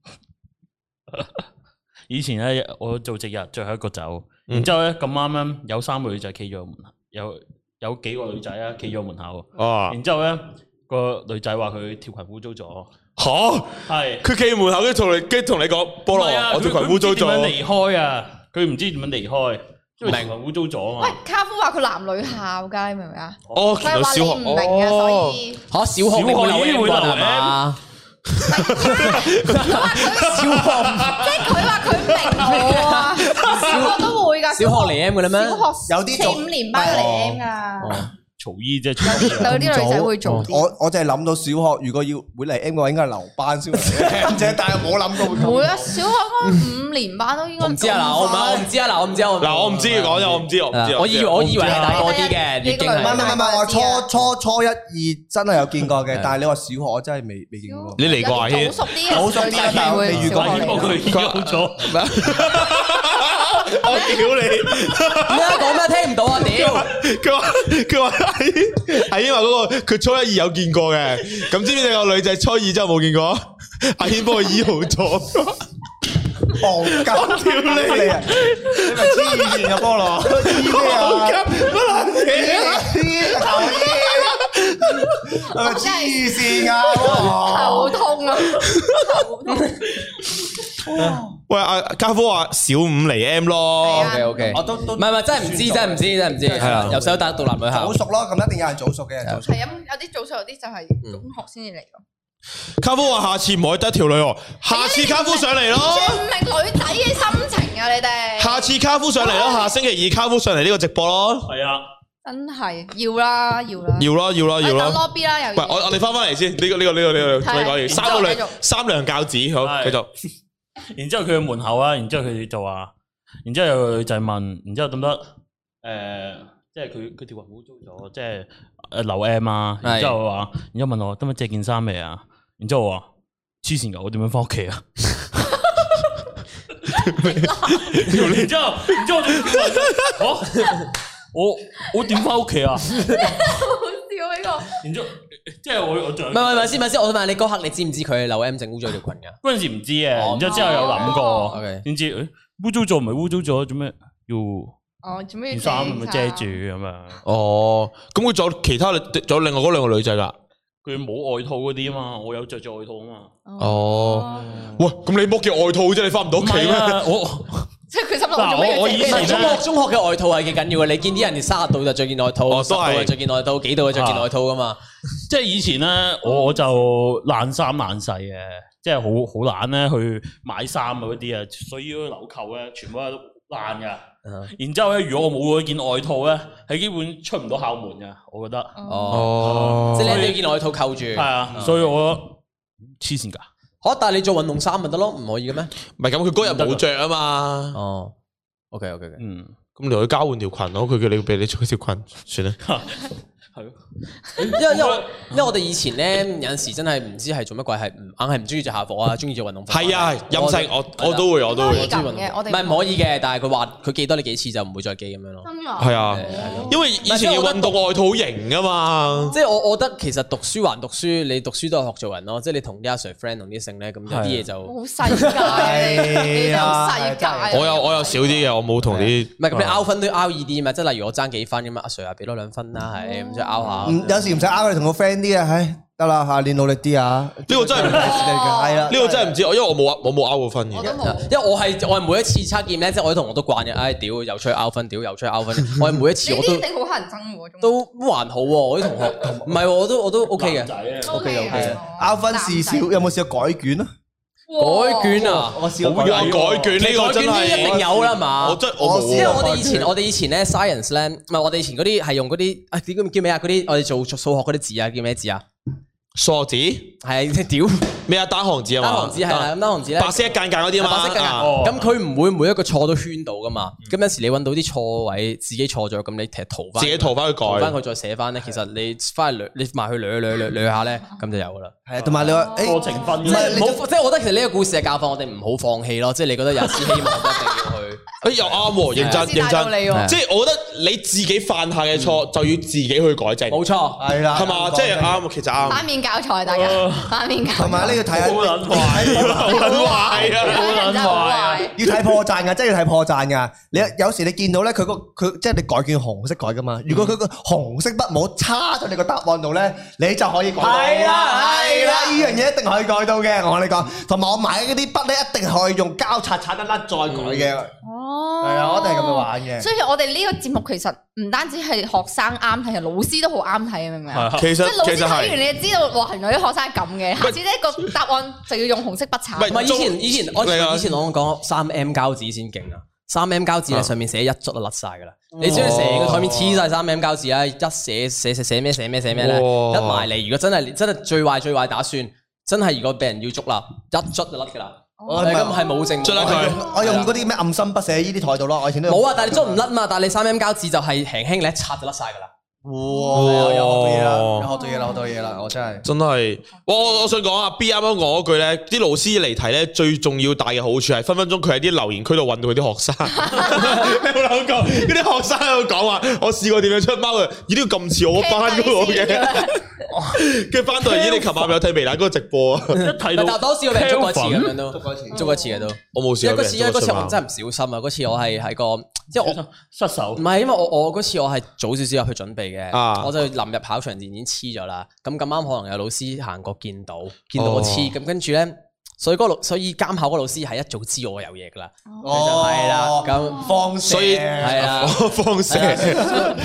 以前咧，我做值日最後一個走，嗯然之後咧咁啱咧，有三個女仔企咗門口，有有幾個女仔啊企咗門口，啊，然之後咧個女仔話佢條裙污糟咗，吓，係佢企門口跟住同你跟住同你講菠唔係啊蘿，我條裙污糟佢佢唔咗。知點樣離開啊？佢唔知點樣離開，因為條裙污糟咗喂啊嘛。，卡夫話佢男女校㗎，你明唔明啊？哦，原佢來係話小你學唔明啊，所以嚇，小學你會留 M 棍係嘛？佢話佢小學，即係佢話佢唔明我啊。小學都會㗎，小學嚟 M 嘅啦咩？小學有啲四仲五年班嚟 M 㗎。錯曹姨即係曹姨啊有啲女仔會做啲，我我就係諗到小學如果要會嚟 M 嘅話，應該係留班先嚟啊 M 啫，但係冇諗到咁會啊，小學嗰陣五年班都應該我唔知啊，嗱，我唔我唔知啊，嗱，我唔知啊，嗱，我唔知講真，我唔知，我唔知。啊我以為我以為係大個啲嘅，你已經係唔係唔係唔係，我初大個初初一二真係有見過嘅，但係你話啊小學我真係未未見過。你嚟過啊軒早熟啲嘅，早熟啲啊女仔但係我會 (laughs) 未遇過小學嚟但係不過佢已經喐咗，我屌咩啊講咩聽唔到啊，屌！你！佢話佢話係係因為嗰個佢初一二有見過嘅，咁知唔知你個女仔初二之後冇見過？ (laughs) 阿軒幫佢醫好咗， (laughs) 戇鳩屌你哦你啊！你咪黐線嘅菠蘿，黐咩好啊？急乜嘢啊？黐頭煙，係咪黐線啊？頭菠蘿 (laughs) 痛啊，頭痛。啊喂，阿家科話小五嚟 M 咯係啊， OK OK，我都都唔係唔係，真係唔知，真係唔知，真係唔知，係啊啊，由細到大獨立女校早。熟咯，咁一定有人早熟嘅，早熟。係咁，有啲早熟，有啲就係中學先至嚟咯。家科話下次唔可以得一條女喎，下次家科上嚟咯。 (laughs) 最唔明女仔嘅心情啊！你哋下次卡夫上嚟咯，下星期二卡夫上嚟呢個直播咯，係啊，真係要啦，要啦，要咯要咯要我哎哋等咯。 lobby 啦，又喂，我我哋翻翻嚟先，呢個呢個呢個呢個係再講完，然之後三個兩繼續三兩教子，好係繼續。然之後佢去門口啊，然之後佢哋就話，然之後有個女仔問，然之後得唔得？誒，即係佢佢條裙污糟咗，即係誒留 M 啊。然之後佢話，然之後問我得唔得借件衫未啊？然之後我話黐線㗎，我點樣翻屋企啊？ (laughs) 然之後，然之後我就叫我我哦我點翻屋企啊？好 (laughs) 笑呢個。然之後即係我我仲有唔係唔係唔係先，唔係先，我想問你嗰刻你知唔知佢留 M 整污糟條裙㗎？ (laughs) 嗰陣時唔知嘅，哦然之後之後有諗哦過， OK 點知誒污糟咗咪污糟咗，做咩要哦，做咩要件衫咁咪遮遮住咁樣？哦，咁佢仲有其他，仲有另外嗰兩個女仔噶。佢冇外套嗰啲啊嘛，我有着住外套啊嘛。哦，喂，咁你剝件外套啫，你翻唔到屋企係咩？啊，我即係佢心諗我做咩嗱我我以唔前要係遮中住呢學中學嘅外套係幾緊要嘅，你見啲人三十度就着件外套，哦十都度係就着件外套，幾度就着件外套㗎嘛。即係以前咧，我我就爛衫爛細嘅，即係好好懶咧去買衫啊嗰啲啊，所以嗰啲紐扣咧全部都爛㗎。嗯然之後咧，如果我冇嗰件外套咧，係基本出唔到校門嘅，我覺得哦哦，即係你一定要件外套扣住。係啊，所以我黐線㗎。好，但係你做運動衫咪得咯，唔可以嘅咩？唔係咁，佢嗰日冇着啊嘛。哦，OK OK OK，嗯。咁你同佢交換條裙咯，佢叫你俾你着條裙，算啦。係咯，因為因為因為我哋以前咧有陣時真係唔知係做乜鬼，係唔硬係唔中意着校服啊，中意着運動服。係啊，任性，我我都會，我都可以會。咁嘅，我哋唔係唔可以嘅，但係佢話佢記多你幾次就唔會再記咁樣咯。真係啊，哦係因為以前要運動外套好型噶嘛。即係哦我我覺得其實讀書還讀書，你讀書都係學做人咯。即係你同啲阿 Sir friend 同啲性啊咧，咁有啲嘢就我唔好世界啊，你係啊好世界啊。我有我有少啲嘅，我冇同啲係哦咁你拗分都要拗易啲嘛。即係例如我爭幾分咁啊，阿 Sir 啊俾多兩分啦，係咁即係拗唔嗯下。嗯有時唔使拗，你同個 friend 啲啊，唉，得啦，下年努力啲啊。呢個真係唔知係啊，呢個真係唔知，因為我冇我冇拗過分我都嘅。冇。嗯因為我係我係每一次測驗咧，即係我啲同學都慣嘅，唉屌又出去拗分，屌又出去拗 (laughs) 分。我係每一次你我啲一都定好乞人憎喎，中都還好喎，我啲同學唔係喎我都我都 OK 嘅男。仔啊咧，都 OK，OK，拗分事少，有冇試過改卷啊？改卷啊！我試過好改卷有。哇改卷呢個改真卷呢一定係，有啦嘛。我真我我因為冇啊。我哋以前我哋以前咧 science 咧，唔係我哋以前嗰啲係用嗰啲啊點叫叫咩啊？嗰啲我哋做做數學嗰啲字啊，叫咩字啊？傻子係屌咩啊？單行字啊嘛，單行字係啦，咁單行字咧，白色一間間嗰啲啊嘛，白色啊哦嘅，咁佢唔會每一個錯都圈到噶嘛。咁有時你揾到啲錯位，自己錯咗，咁你踢塗翻，自己塗翻去塗翻改。佢再寫翻咧。其實你翻去捋你埋去捋捋捋捋下咧，咁就有噶啦。係啊，同埋你話過誒，程分即係你唔好，即係我覺得其實呢個故事嘅教訓，我哋唔好放棄咯。即係你覺得有時希望，一定要去。哎又啱喎，認真先認帶到真。你喎。即係我覺得你自己犯下嘅錯就要自己去改正，冇錯，係啦，係嘛？即係啊啱，其實啱。反面教材，大家哦反面教材。同埋呢個睇下好啊撚壞，好撚壞啊！人真係好 (laughs) 壞。要睇破綻噶，真係要睇破綻噶。你有時你見到咧，佢個佢即係你改卷紅色改噶嘛。如果佢個紅色筆冇叉咗你個答案度咧，你就可以改到。係啦係啦呢樣嘢一定可以改到嘅。我同你講，同埋我買嗰啲筆咧，一定可以用膠擦擦得甩再改嘅。係哦。啊，我一定係咁樣。玩嘅。所以我哋呢個節目其實唔單止係學生啱睇，係老師都好啱睇，明唔明啊？其即實係老其師實睇係完。你就知道，哇！原來啲學生係咁嘅。下次呢個答案就要用紅色筆擦。唔係唔係以中前以前我你啊以前我講三 M 膠紙先勁啊！三 M 膠紙喺上面寫一捽就甩晒噶啦。哦你只要成個台面黐晒三 M 膠紙啦，啊一寫寫寫寫咩寫咩寫咩咧，哇一埋嚟，如果真係真係最壞最壞打算，真係如果俾人要捉啦，一捽就甩噶啦。哦係咁係冇證啊捽甩冇佢證我用嗰啲咩暗心筆寫呢啲台度咯，我以前都用冇啊，但係你捽唔甩嘛，但係你三 M 膠紙就係輕輕你一擦就甩晒噶啦。哇，又學到嘢啦，又啊學到嘢啦，學到嘢啦，我真係。真係，我我我想講啊，B 啱啱講嗰句咧，啲老師嚟睇咧，最重要大嘅好處係分分鐘佢喺啲留言區度揾到佢啲學生。你有冇諗過？嗰啲學生喺度講話，我試過點樣出貓嘅，咦呢個咁似我班嗰個嘅，跟住翻到嚟，咦你琴晚有睇微辣嗰個直播啊？一睇但到，係當時我俾人捉過一次咁樣都，過一次捉過一次嘅都。我冇試因為過嗰俾次，人因為捉過嗰次出我貓。真係唔小心啊！嗰次我係喺個，即係我失手唔。係，因為我我嗰次我係早少少入去準備嘅，啊我就臨入考場前已經黐咗啦。咁咁啱可能有老師行過見到，見哦到我黐，咁跟住咧，所以嗰個老所以監考嗰個老師係一早知我有嘢噶啦，哦，係啦咁放射，所以係啊，放射。啊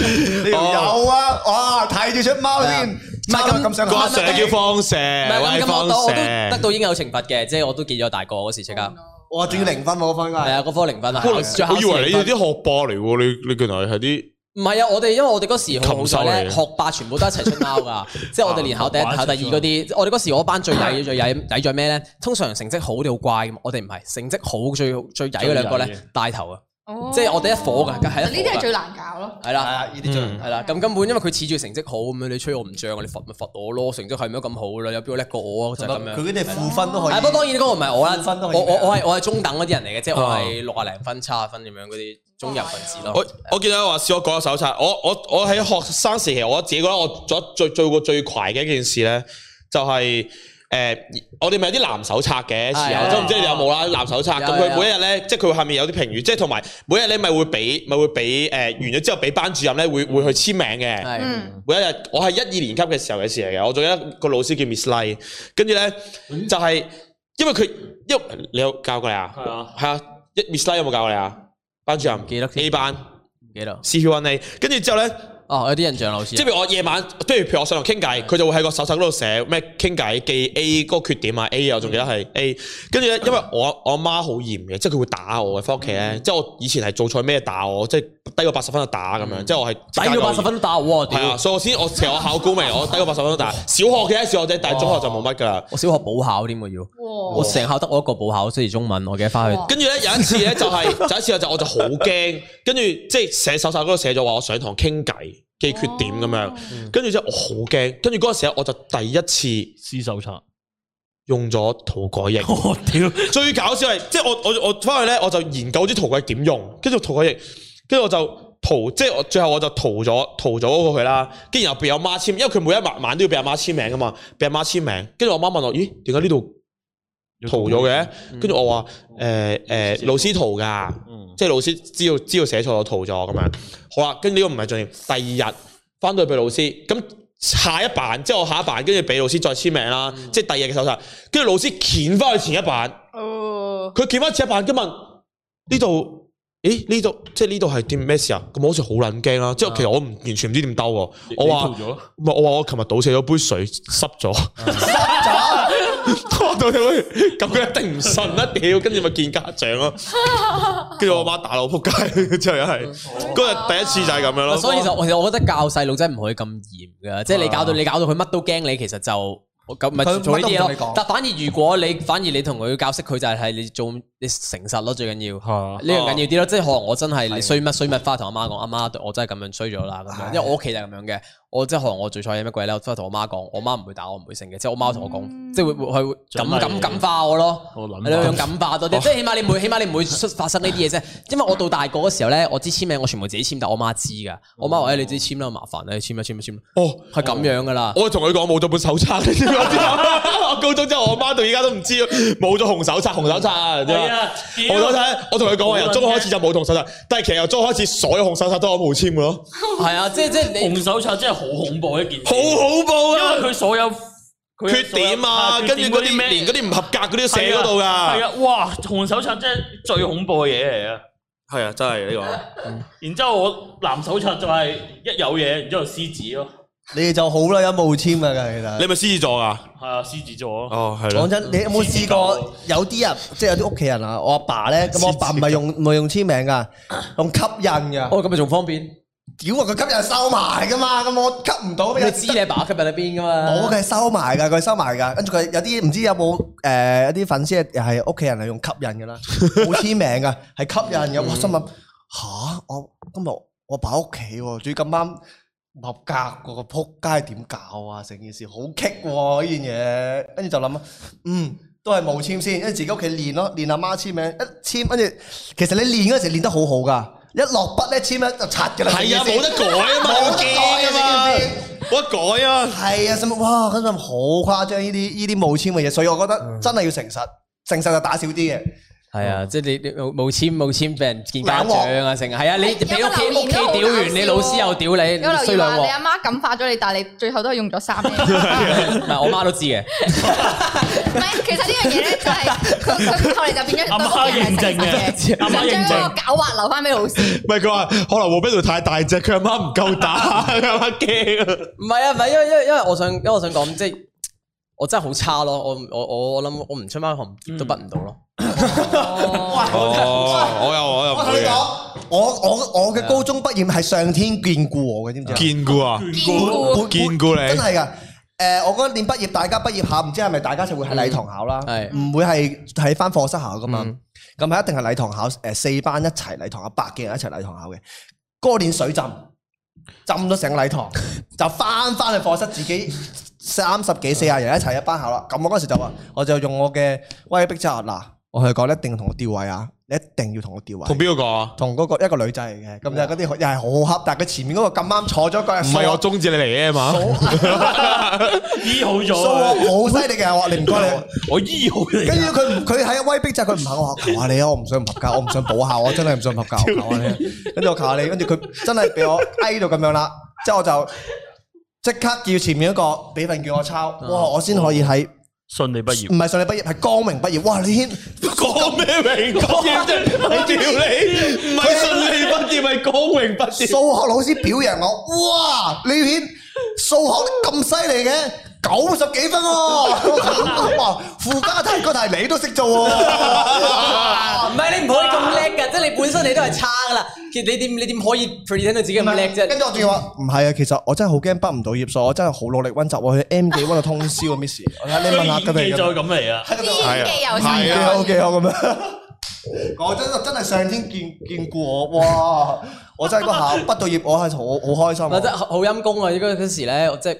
你哦條友啊，哇，睇住出貓先，唔係咁咁上嗰下成日叫放射，唔係喂咁咁我放都我都得射。到應有懲罰嘅，即係我都見咗大個嗰時即刻，嗯係哇，仲要零分喎，嗰分啊啊，嗰科零分啊，最後我以為你零哋啲分學霸嚟喎，你你原來係啲。唔係啊！我哋因為我哋嗰時好好彩禽咧，獸嚟嘅學霸全部都一齊出貓㗎，即係我哋連考第一、考第二嗰啲，我哋嗰時我班最曳最曳曳在咩咧？通常成績好哋好乖㗎嘛，我哋唔係成績好最最曳嗰兩個最曳咧帶頭啊，哦即係我哋一伙㗎，係呢一啲係伙㗎，最難搞咯。係係啦啊，呢啲最嗯係啦，咁根本因為佢恃住成績好咁樣，你吹我唔漲，你罰咪罰我咯，成績係咪咁好啦？有邊個叻過我啊？就係咁樣。佢嗰啲係負分都可以係，，不過當然嗰個唔係我啦，分都可以我我我係我係中等嗰啲人嚟嘅，即係我啊係六啊零分、七啊分咁樣嗰啲中游分子咯我。我見到有話試我講手冊，我我我喺學生時期，我自己覺得我做最做過最攰嘅一件事咧，就係、誒、我哋咪有啲藍手冊嘅時係候，啊即係唔知你哋有冇啦？藍手冊咁，有佢有每一日咧，即係佢下面有啲評語，即係同埋每一日咧咪會俾咪會俾誒、完咗之後俾班主任咧會會去簽名嘅。係嗯，每一日，我係一二年級嘅時候嘅事嚟嘅。我仲有一個老師叫 Miss Lie，跟住咧就係、因為佢，因為你有教過你啊？係啊，係啊一，Miss Lie 有冇教過你啊？班主任記得添 A 班唔記得 C P One A，跟住之後咧，哦，有啲印象老師即。係譬如我夜晚，譬如譬如我上堂傾偈，佢就會喺個手冊嗰度寫咩傾偈記 A 嗰個缺點啊 A 啊，我仲記得嗯係 A。跟住咧，因為我我阿媽好嚴嘅，即係佢會打我嘅，翻屋企咧，嗯即係我以前係做錯咩打我，即係低過八十分就打咁樣，即係我係抵到嗯八十分都打我喎，係啊，屌！所以我先我其實我考高明，我低過八十分都打。小學嘅小學啫，但係中學就冇乜噶啦。我小學補考添喎要，哦我哇！成校得我一個補考，雖然中文，我記得翻去 (laughs) 哇跟住咧有一次咧就係、有一次我就我就好驚，跟住即係寫手冊嗰度寫咗話我上堂傾偈嘅缺點咁哦樣，跟住之後我好驚，跟住嗰陣時我就第一次施手冊。用咗塗改液。哦我屌，最搞笑係，即係我我我翻去咧，我就研究啲塗改點用，跟住塗改液，跟住我就塗，即係我最後我就塗咗塗咗嗰個佢啦，跟住然後俾阿媽簽，因為佢每一晚晚都要俾阿媽簽名噶嘛，俾阿媽簽名，跟住我媽問我，咦，點解呢度塗咗嘅？跟住我話誒誒，老師塗㗎，嗯即係老師知道知道寫錯咗塗咗咁樣。好啦，跟住呢個唔係重點，第二日翻到去俾老師咁。下一版，即係我下一版，跟住俾老師再簽名啦，即係第二日嘅手冊，跟住老師掀翻去前一版，哦，佢見翻隻眼，跟問呢度，咦呢度即係呢度係點咩事啊？咁我好似好撚驚啦，即係其實我唔完全唔知點兜喎。我話你吐咗唔係，我話我琴日倒瀉咗杯水，濕咗，濕咗，我倒瀉杯， (laughs) 咁佢一定唔信啦，屌！跟住咪見家長咯，跟住我媽打到我仆街， (laughs) 之後又係嗰日第一次就係咁樣咯。哦所以就其實我覺得教細路仔唔可以咁嚴嘅，即係你搞到你搞到佢乜都驚你，其實就咁咪啊佢做呢乜都唔啲同咯你講。但反而如果你反而你同佢教識佢就係係你做你誠實咯，最緊要呢係樣緊要啲咯。即係可能我真啊係你衰乜衰乜，翻去同阿媽講，阿媽我真係咁樣衰咗啦咁樣。因為我屋企就係咁樣嘅，我即係可能我做錯嘢乜鬼咧，我翻去同我媽講，我媽唔會打我，唔會成嘅。即係我媽同我講，即係會會佢獎會感勵感感化我咯。我諗你兩下感化多啲， (laughs) 即係起碼你唔會，起碼你唔會出發生呢啲嘢啫。因為我到大個嗰時候咧，我知簽名我全部自己簽，但我媽知㗎。我媽話：誒你自己簽啦，麻煩啦，你簽啦簽啦簽啦，哦，係咁樣㗎啦。我同佢講冇咗本手冊，你知唔知我之後我高中之後，我媽到而家都唔知冇咗紅手冊，紅手冊啊，知嘛係啊，我屌嗰陣，我同佢講話由中學開始就冇同手冊，但係其實由中學開始所有紅手冊都我冇簽嘅咯，係啊，即係即係你紅手冊真係好恐怖一件事，好恐怖因為啊！佢所有佢缺點啊，所有跟住嗰缺點啲連嗰啲唔合格嗰啲都寫嗰度係啊係㗎，啊，哇！紅手冊真係最恐怖嘅嘢嚟啊！係啊，真係呢個 (laughs) 然之後我藍手冊就係一有嘢，然之後獅子咯，你哋就好啦，有冇簽啊，其實。你咪狮子座啊？系啊，狮子座啊，哦，系講咯。真，你有冇試過有啲人，即係有啲屋企人啊，我阿爸咧，咁我阿爸唔係用唔係用簽名噶，用吸印噶。哦，咁咪仲方便？屌啊，佢吸印收埋噶嘛，咁我吸唔到俾你佢知你爸吸引喺邊噶嘛？冇，佢係收埋㗎，佢係收埋㗎。跟住佢有啲唔知有冇誒有啲粉絲又係屋企人係用吸引 (laughs) 㗎啦，冇簽名㗎，係吸嗯引嘅。我心諗吓，我今日我擺屋企喎，仲要咁啱唔合格喎，個撲街點搞啊？成件事好棘喎呢件嘢，跟住就諗嗯。都係冇簽先，跟住自己屋企練咯，練阿媽簽名，一簽跟住，其實你練嗰陣時練得好好㗎，一落筆咧簽咧就刷㗎啦。系啊，成件冇事 (laughs) 得改啊嘛，冇我得惊改啊啊嘛成件事，冇得改啊。係啊，心諗哇，咁就好誇張呢啲呢啲冇簽嘅嘢，所以我覺嗯得真係要誠實，誠實就打少啲嘅。係啊，即係你你冇冇簽冇簽俾人見家長啊，成係啊，你有個俾屋企留言屋企屌都好搞完，笑你老師又屌你，有留嗯衰言兩話你鑊阿。媽感化咗你，但係你最後都係用咗三年。(laughs) 唔係我媽都知嘅，唔係，其實呢樣嘢咧就係佢佢後嚟就變咗阿媽多屋企人係認證嘅阿誠實嘅，媽認就證將嗰個狡猾留翻俾老師。唔係佢話可能黃碧度太大隻，佢阿媽唔夠 (laughs) 打，佢阿媽驚啊。唔係啊，唔係因為因為因為我想因為我想講即係我真係好差咯，我我我我諗我唔出翻行嗯都畢唔到咯，哦，我又我又唔我同你會講嘅，，啊我我我嘅高中畢業係上天眷顧我嘅，知唔知啊？見過啊，見過見過你真係㗎。誒，我嗰年畢業，大家畢業考，唔知係咪大家就會喺禮堂考啦，嗯係唔會係喺翻課室考噶嘛嗯？咁係一定係禮堂考，誒四班一齊禮堂考，百幾人一齊禮堂考嘅。嗰年水浸，浸咗成個 (laughs) 禮堂，就翻翻去課室自己三十嗯幾四廿人一齊一班考啦。咁我嗰時就話，我就用我嘅威逼之下嗱，我同佢講你一定同我調位啊，你一定要同我調位。同邊個講啊？同嗰個一個女仔嚟嘅，咁就嗰啲又係好恰，但係佢前面嗰個咁啱坐咗個唔係我中指啊你嚟嘅嘛？醫好咗數啊，我好犀利嘅，我話你唔該你。我醫好你跟啊。住佢唔佢喺威逼就佢唔肯，我話求下你啊，我唔想唔合格，我唔想補考，我真係唔想唔合格，我求下你啊。(laughs) 跟住我求下你，跟住佢真係俾我翳到咁樣啦，之後我就即刻叫前面嗰個俾份叫我抄，啊哇！我先可以喺顺利畢業唔係順利畢業，係光明畢業。哇！你先講咩榮光業啫？ (laughs) 我屌你，唔係順利畢業，係光榮畢數業。學老師表揚我，哇！你顯數學咁犀利嘅，九十幾分 (laughs) 喎、哇！附加題嗰題你都識做喎、啊唔係你唔可以咁叻噶，即係你本身你都係差噶啦，其實你點你點可以 pretend 到自己咁叻啫？跟住我仲要話唔係啊，其實我真係好驚畢唔到業，所以我真係好努力温習，我去 M 記温到通宵啊，Miss！我睇你問下佢佢演技哋就係咁咁嚟啊！演技又係細啊樣，OK 好咁樣。我真真係上天見見顧我，哇！我真係嗰下畢到業，我係好好開心唔係啊。真係好好陰功啊！嗰嗰時咧，我即係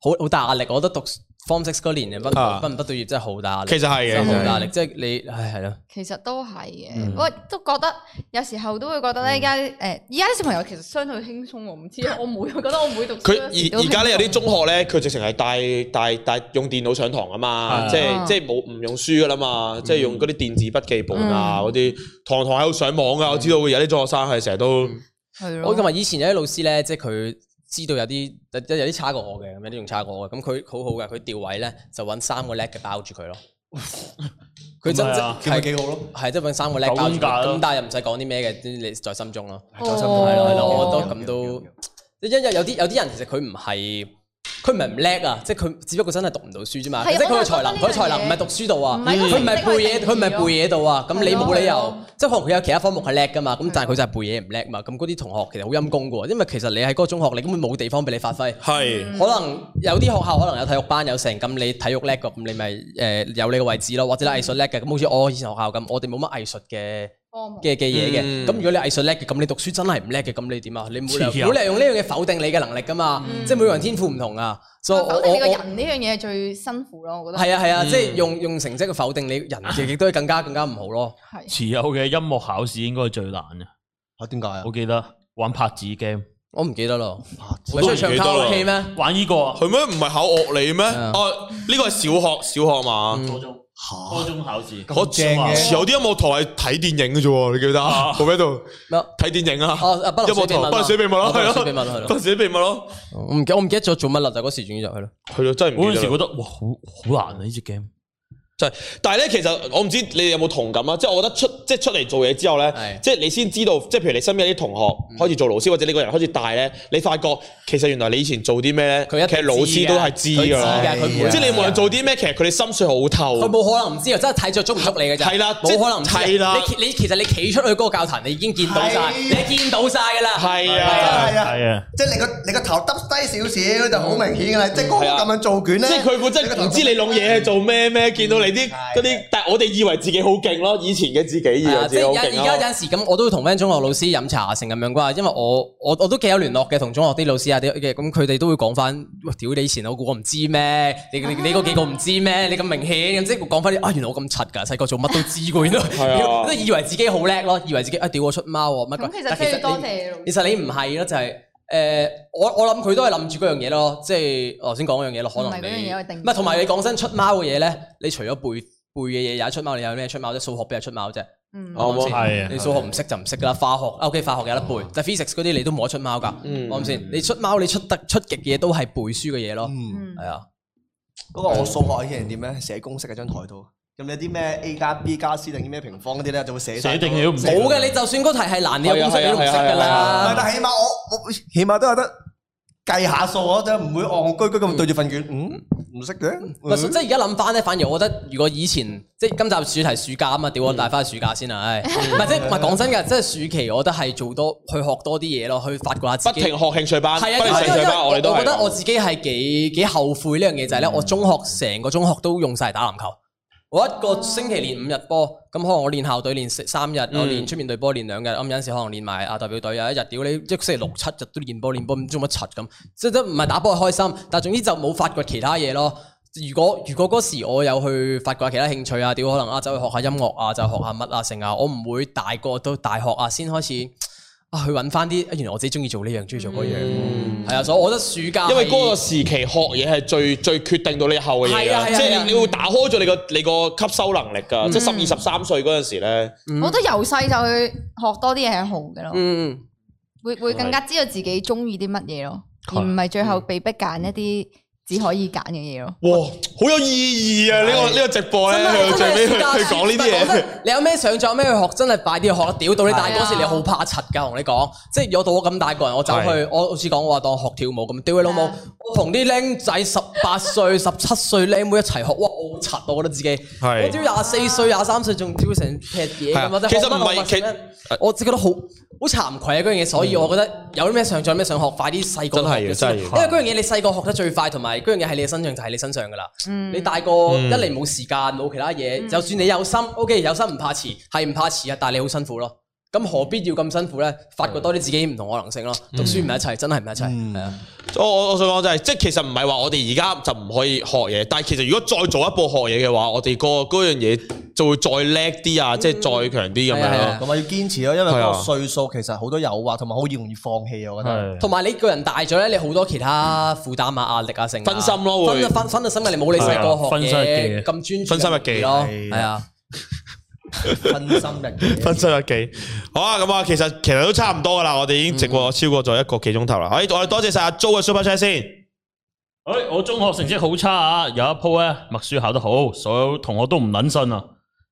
好好大壓力。我覺得讀 form six 嗰年，畢啊畢唔畢到業真係好大壓力。其實係嘅真係好其實係大壓力。即係你，唉，係咯。其實都係嘅，我都覺得有時候都會覺得咧，而家誒而家啲小朋友其實相對輕鬆喎，唔知啊我妹覺得我妹讀書啊佢嗰時都而而家咧有啲中學咧，佢直情係帶帶帶用電腦上堂啊嘛，即係即係冇唔用書噶啦嗯嘛，即係用嗰啲電子筆記本嗯啊嗰啲，堂堂喺度上網啊嗯噶。我知道有啲中學生係成日都係咯我同埋以前有啲老師咧，即係佢知道有啲有有啲差過我嘅，咁有啲仲差過我嘅。咁佢好好嘅，佢調位咧就揾三個叻嘅包住佢咯。佢真咁咪真啊咁咪幾好咯，係即係揾三個叻包住九宮格佢。咯咁但係又唔使講啲咩嘅，你在心中咯。哦係咯係咯，我都覺得咁哦都，因因為有啲有啲人其實佢唔係佢唔係唔叻啊，即係佢只不過真係讀唔到書啫嘛，係啊即係佢我就嘅覺得才能，呢佢嘅才樣能嘢唔係讀書度啊，唔係佢唔係嗰個背嘢，成績佢唔係係背咯嘢度啊，咁你係咯冇理係嗯由咯，即係可能佢有其他科目係叻噶嘛，咁係但係佢就係背嘢唔叻嘛，咁嗰啲同學其實好陰功噶喎，因為其實你喺嗰個中學你根本冇地方俾你發揮。係。嗯可能有啲學校可能有體育班有成，咁你體育叻嘅，咁你咪誒有你個位置咯，或者你藝術叻嘅，咁好似我以前學校咁，我哋冇乜藝術嘅嘅嘅嘢嘅。嗯咁如果你藝術叻嘅，咁你讀書真係唔叻嘅，咁你點啊？你冇理黐由線冇理由用呢樣嘢否定你嘅能力噶嘛？即係每個人天賦唔同啊，所以我嗯否定你個我我人呢樣嘢最辛苦咯，我覺得係嗯啊係啊，即係用用成績去否定你人嘅，亦都係更加更加唔好 (laughs) 咯。係持有嘅音樂考試應該係最難嘅，嚇點解啊？我記得玩拍子 game，我唔記得咯，我啊咪都唔出去唱記得卡啦拉 OK 咩？玩呢個啊佢咩唔係考樂理咩？啊哦，呢個係小學小學嘛。初中初中考試，我正嗯嘅前有啲音樂台係睇電影嘅啫喎，你記得啊？冇喺度咩睇電影啊？哦啊不能音樂水秘密台啊不能水秘密咯，係咯哦不能水秘密咯係咯，不能水秘密咯，我唔記我唔記得咗做乜啦，就嗰時轉咗入去咯。係咯，真係唔嗰陣記時得啦覺。得哇好好難啊呢只 game，就係，但係咧，其實我唔知你哋有冇同感啊！即係我覺得出即係出嚟做嘢之後咧係，嗯即係你先知道，即係譬如你身邊有啲同學開始做老師，或者你個人開始大咧，你發覺其實原來你以前做啲咩咧，佢一定其實老師都係知佢知㗎啦。㗎，佢唔會即係你無論人，做啲咩，其實佢哋心水好佢透。冇可能唔知啊！真係睇着捉唔捉你嘅啫，哦係啦即冇係可能唔知啊係啦你你其實你企出去嗰個教壇，你已經見到晒，你見到晒㗎啦。係啊，係啊係啊，即係你個你個頭耷低少少就好明顯㗎啦，即係嗰嗯個係咁啊樣做卷即咧，係佢本身唔知你弄嘢係啊做咩咩，見到你嗯啲嗰啲，但係我哋以為自己好勁咯，以前嘅自己以係為啊，自即係己好有勁而家有咯。陣時咁，我都會同翻中學老師飲茶啊成咁樣啩，因為我我我都幾有聯絡嘅，同中學啲老師啊啲嘅，咁佢哋都會講翻，喂，屌你以前我估我唔知咩，你你你嗰幾個唔知咩，你咁明顯咁即係講翻啲啊，原來我咁柒㗎，細個做乜都知㗎，原啊來都以為自己好叻咯，以為自己啊屌我出貓喎乜鬼咁其實但都要你多謝老師其實你唔係咯，就係、誒、我我諗佢都係諗住嗰樣嘢咯，即係我頭先講嗰樣嘢咯，可唔係能嗰你樣嘢我定唔係同埋你講真出貓嘅嘢咧，你除咗背背嘅嘢有得出貓，你有咩出貓啫？數學邊有出貓啫？嗯我啱唔啱冇先係啊你哦數學唔識就唔識㗎啦，化學啊 OK，化學有得背，但 physics 嗰啲你都冇得出貓㗎，啱唔啱先？你出貓你出得出極嘅嘢都係背書嘅嘢咯，嗯係啊，嗰個我數學以前點咧，寫公式喺張台度，咁你啲咩 A 加 B 加 C 定啲咩平方嗰啲咧，就會寫晒寫定嘢都唔識冇嘅，你就算嗰題係難，你有公式你都唔識㗎唔係啊係，嗯啦。但起碼我我起碼都有得計下數，我就唔會戇居居咁對住份卷，嗯，唔識嘅，唔係嗯即係而家諗翻咧，反而我覺得如果以前即係今集主題暑假啊嘛，屌我帶翻暑假先啦，唉，唔係即係唔係講真㗎，即係暑期我覺得係做多去學多啲嘢咯，去發掘下自不己。停學興趣班，不係停啊，因為興趣班，因我哋為都我覺得係我。自己係幾幾後悔呢樣嘢就係咧，我中學成個中學都用晒打籃球。我一個星期練五日波，咁可能我練校隊練四三日，我嗯練出面隊波練兩日，咁有陣時可能練埋啊代表隊有一日，屌你一星期六七日都練波練波，唔知做乜柒咁，即係都唔係打波係開心，但係總之就冇發掘其他嘢咯。如果如果嗰時我有去發掘其他興趣啊，屌可能啊走去學下音樂啊，就學下乜啊成啊，我唔會大個到大學啊先開始啊去揾翻啲，啊原來我自己中意做呢樣，中意做嗰樣。係啊，所以我覺得暑假係嗯因為嗰個時期學嘢係最最決定到你後嘅嘢係啊啊，係啊即係係啊嗯你你會打開咗你個你個吸收能力啊㗎，即係十二十三歲嗰陣時咧，我覺得由細就去學多啲嘢係好嘅咯，嗯會會更加知道自己中意啲乜嘢咯，而唔係最後被逼揀一啲只可以揀嘅嘢咯。哇，好有意義啊！呢個呢個直播咧，去到最尾去 (laughs) 去講呢啲真嘢，係講真你有咩想做，有咩去學，真係快啲去學啦！屌到你大嗰時，你好怕柒㗎，同你啊講，即係有到我咁大個人，我走去，我好似講我話當學跳舞咁，屌你老母啊係！我同啲僆仔十八歲、十七歲僆妹一齊學，哇！我好柒，我覺得自己，係我屌廿四歲、廿三歲仲跳成劈係嘢咁啊啊！其呃實唔係其其我只覺得好好慚愧啊！嗰樣嘢，所以我覺得有啲咩想做，有咩想學，快啲細個真係學要真係要因為嗰樣嘢你細個學得最快，同埋嗰樣嘢係你嘅身上就係你身上噶啦。你大個嗯一嚟冇時間冇其他嘢，就算你有心，OK 有心唔怕遲，係唔怕遲啊，但係你好辛苦咯。咁何必要咁辛苦咧？發嗯掘多啲自己唔同可能性咯。讀書唔係一切，真係唔係一切，係啊。我我我想講就係，即係其實唔係話我哋而家就唔可以學嘢，但係其實如果再做一步學嘢嘅話，我哋個嗰樣嘢就會再叻啲啊，即係再強啲咁嗯係啊係樣啊咯。同埋要堅持咯，因為嗰係啊個歲數其實好多誘惑，同埋好容易放棄，啊我覺得。係同埋你個人大咗咧，你好多其他負擔啊、壓力啊、成啊分心咯會分分分到心啊！你冇你細嗯係啊個分心日記學嘢啊咁專注分心日記咯，係啊 (laughs) 係啊。分心力。分身日記，好啊，咁啊，其實其實都差唔多噶啦，我哋已經直嗯播超過咗一個幾鐘頭啦。哎，我哋多謝晒阿 Jo 嘅 Super Chat 先。诶，哎我中學成績好差啊，有一鋪咧默書考得好，所有同學都唔撚信啊。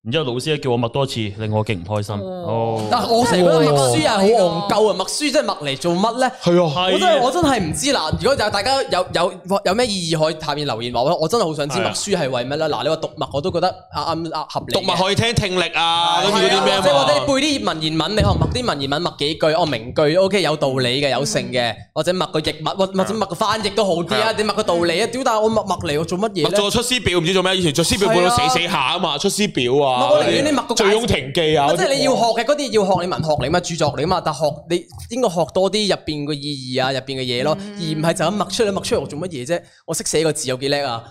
然之后老師咧叫我默多次，令我勁唔開心。哦，但我成日覺得默書係好戇鳩啊！默書真係默嚟做乜咧？係我真係係我啊真係唔知嗱，如果有大家有有有咩意義可以下面留言話我，我真係好想知係啊默書係為乜啦。嗱，你話讀默我都覺得啊啱啊合理嘅。讀物可以聽聽力啊，跟住嗰係啲咩啊啊即係或者你嘛。背啲文言文，你可能默啲文言文默幾句，哦名句 OK 有道理嘅有性嘅，或者默個譯物，或或者默個翻譯都好啲嗯係啊啊。你默個道理啊，屌！但係我默默嚟，我做乜嘢默咗咧？出師表唔知做咩，以前出師表背到係死啊死下啊嘛，出師表啊，唔係我寧願你默嗰啲個醉翁亭記啊，即係你要學嗰啲嘅嗰啲要學你文學嚟嘛，著作嚟嘛，但學你應該學多啲入邊個意義啊，入邊嘅嘢咯，嗯而唔係就咁默出嚟默出嚟，我做乜嘢啫？我識寫個字有幾叻啊？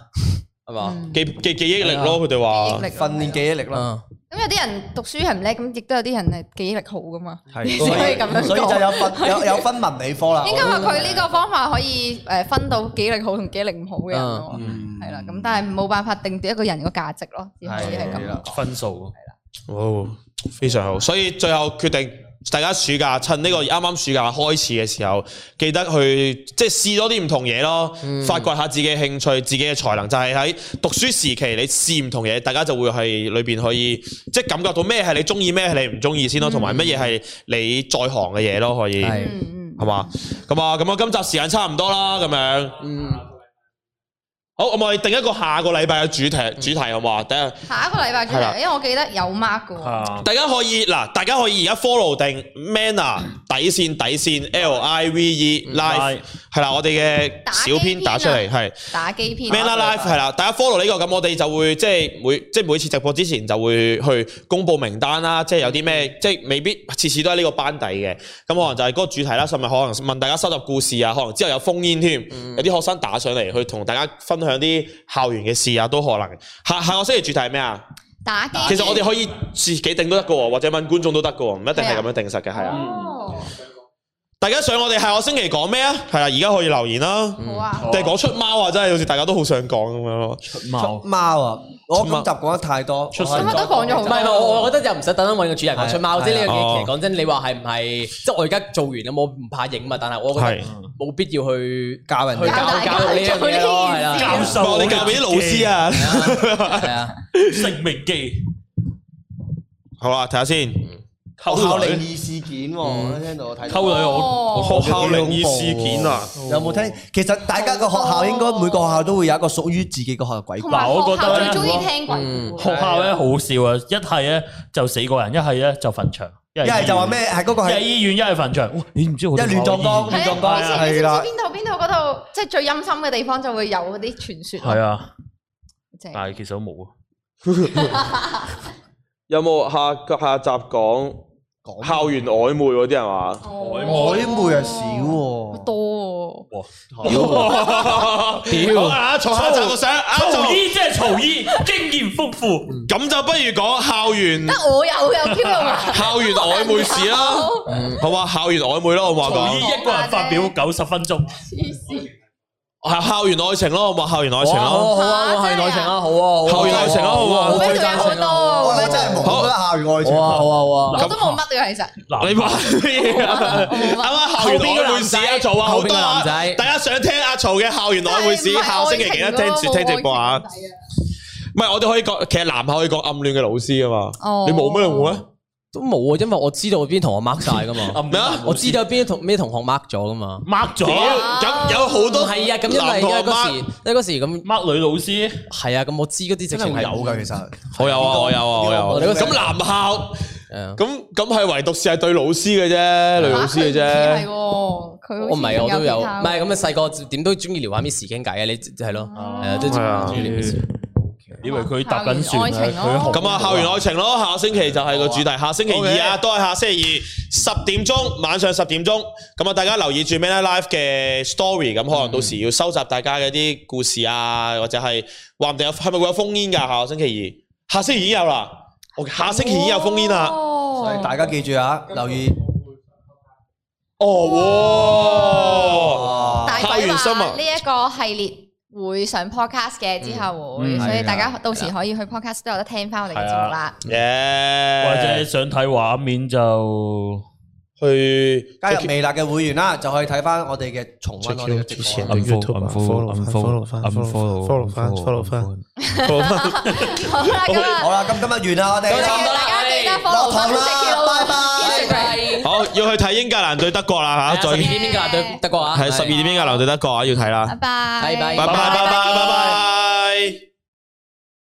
係嘛？記記記憶力咯，佢哋話記憶力訓練記憶力 (laughs) 咯，啊咁有啲人讀書係唔叻，咁亦都有啲人係記憶力好噶 (laughs) 嘛，你先所以可以咁樣所以就講。有分有有分文理科啦。應該話佢呢個方法可以誒分到記憶力好同記憶力唔好嘅人咯，係啦。咁但係冇辦法定奪一個人個價值咯，只可以係咁係啦啊樣。分數哦，非常好。所以最後決定大家暑假趁呢個啱啱暑假開始嘅時候，記得去即係試多啲唔同嘢咯，發掘下自己嘅興趣、自己嘅才能。就係喺讀書時期，你試唔同嘢，大家就會係裏邊可以即係感覺到咩係你中意，咩係你唔中意先咯，同埋乜嘢係你在行嘅嘢咯，可以係嗯嗯，係嘛？咁啊，咁啊，今集時間差唔多啦，咁樣。嗯，好，咁我哋定一個下個禮拜嘅主題主題好唔好啊？等下。下一個禮拜出係啦嚟，因為我記得有 mark 嘅喎。啊，大家可以嗱，大家可以而家 follow 定 Manner 底線底線 L I V E Live 係啦，我哋嘅小編打出嚟係打機篇 Manner 啊 Live 係啦，大家 follow 呢個咁，我哋就會即係每即係每次直播之前就會去公佈名單啦，即係有啲咩即係未必次次都係呢個班底嘅，咁可能就係嗰個主題啦，甚至可能問大家收集故事啊，可能之後有烽煙添，有啲學生打上嚟去同大家分享啲校園嘅事啊，都可能。下下個星期主題係咩啊？打機。其實我哋可以自己定都得嘅喎，或者問觀眾都得嘅喎，唔一定係咁樣定實嘅，係啊。哦，大家想我哋下個星期講咩啊？係啦，而家可以留言啦。好啊，定係講出貓啊，真係好似大家都好想講咁樣咯。出貓貓啊，我今貓集講得太多，出我今係日都講咗好唔多。係唔係，我我覺得又唔使特登揾個主人講出貓，係即係呢樣嘢係哦其實講真，你話係唔係？即係我而家做完咁，我唔怕影嘛，但係我覺係得冇必要去教人去哋教大家教呢樣做呢嘢咯，件係事啦，授我哋教俾啲老師啊。係啊， (laughs) 食名記， (laughs) 好啦，睇下先。校溝靈女異事件喎，我聽到睇到溝女我哦學校靈異事件啊，有冇聽？其實大家個學校應該每個學校都會有一個屬於自己個學校鬼同故。埋嗱我學覺得校咧最中意聽鬼故。學校咧好笑啊！一係咧就死個人，一係咧就墳場，一一係就話咩係嗰個醫院？一係係醫院，一係墳場。哇！你唔知好多一亂撞貓江醫係院亂撞啊，江以係前你知唔知啦邊度邊度嗰度，即係最陰森嘅地方就會有嗰啲傳說。係啊，正，但係其實都冇啊。有冇下下集講校園曖昧嗰啲係 (laughs) 嘛？曖昧啊少好喎，多屌！好啊，坐下集個相啊， (laughs) 嗯坐曹醫即係 (laughs) 曹醫，經驗豐富。咁就不如講校園喎，得我有有 Q 用啊！校園曖昧事啦，嗯好嘛？校園曖昧咯，好唔好啊曹講醫？一個人發啊表九十分鐘，黐線，系校園愛情咯，好嘛？校園愛情哇好咯，啊好啊，我係內情啊，好啊，好啊校園愛情啊好啊我我俾最仲有贊好成啊，多，哇我我俾哦真仲係有冇覺得校園愛好啊情。好啊好啊，我都冇乜嘅其實。嗱你話 (laughs) 咩啊？啱啱校園曖昧事啊，做啊好後邊多個男啊！仔大家想聽阿曹嘅校園曖昧事，下星期記得聽住聽直播啊！唔係，我哋可以講，其實男校可以講暗戀嘅老師啊嘛。哦你冇咩冇咩？都冇啊，因為我知道邊同學 mark 晒噶嘛，咩啊？我知道邊同咩同學 mark 咗噶嘛。 ，mark 咗屌，咁有好唔多係啊，咁因為因為嗰時，因為嗰時咁 mark 女老師，係啊，咁我知嗰啲直情係有㗎，其實我有啊，我有啊，我我哋有嗰啊。時咁男校誒咁咁係唯獨是係對老師嘅啫，女老師嘅係啫。喎，佢我唔係我都有，唔係係咁啊細個點都中意聊下咩時經偈啊，你係咯，係啊，都中係啊意聊咩事以為佢搭緊校園愛船啊，情咯佢咁啊，校園愛情咯，下星期就係個主題，下星期二啊，都係下星期二十點鐘，晚上十點鐘。咁啊，大家留意住 Man Life 嘅 story，咁可能到時要收集大家嘅啲故事啊，或者係話唔定有係咪會有封煙㗎？下個星期二，下星期已經有啦，我下星期已經有封煙啦。所以啦大家記住啊，留意哦，大校園鬼生話啊呢一個系列會上 podcast 嘅，之後會，嗯所以大家到時可以去 podcast 都有得聽翻我哋嘅節目啦。哇！或者耶！想睇畫面就或者去加入微辣嘅會員啦，就可以睇翻我哋嘅重温我哋嘅直播啦。 unfollow 啊 unfollow unfollow unfollow follow 翻。 (laughs) 好啦，咁好啊，啦，咁今日完啦，我咁哋就大家記得落 follow 堂翻啦 Jackie 老，拜拜。好要去睇英格蘭對德國啦嚇，啊，十再二係點英格蘭對德國啊，十二點英格蘭對德國啊，要睇啦拜。拜，拜拜拜拜拜拜拜拜。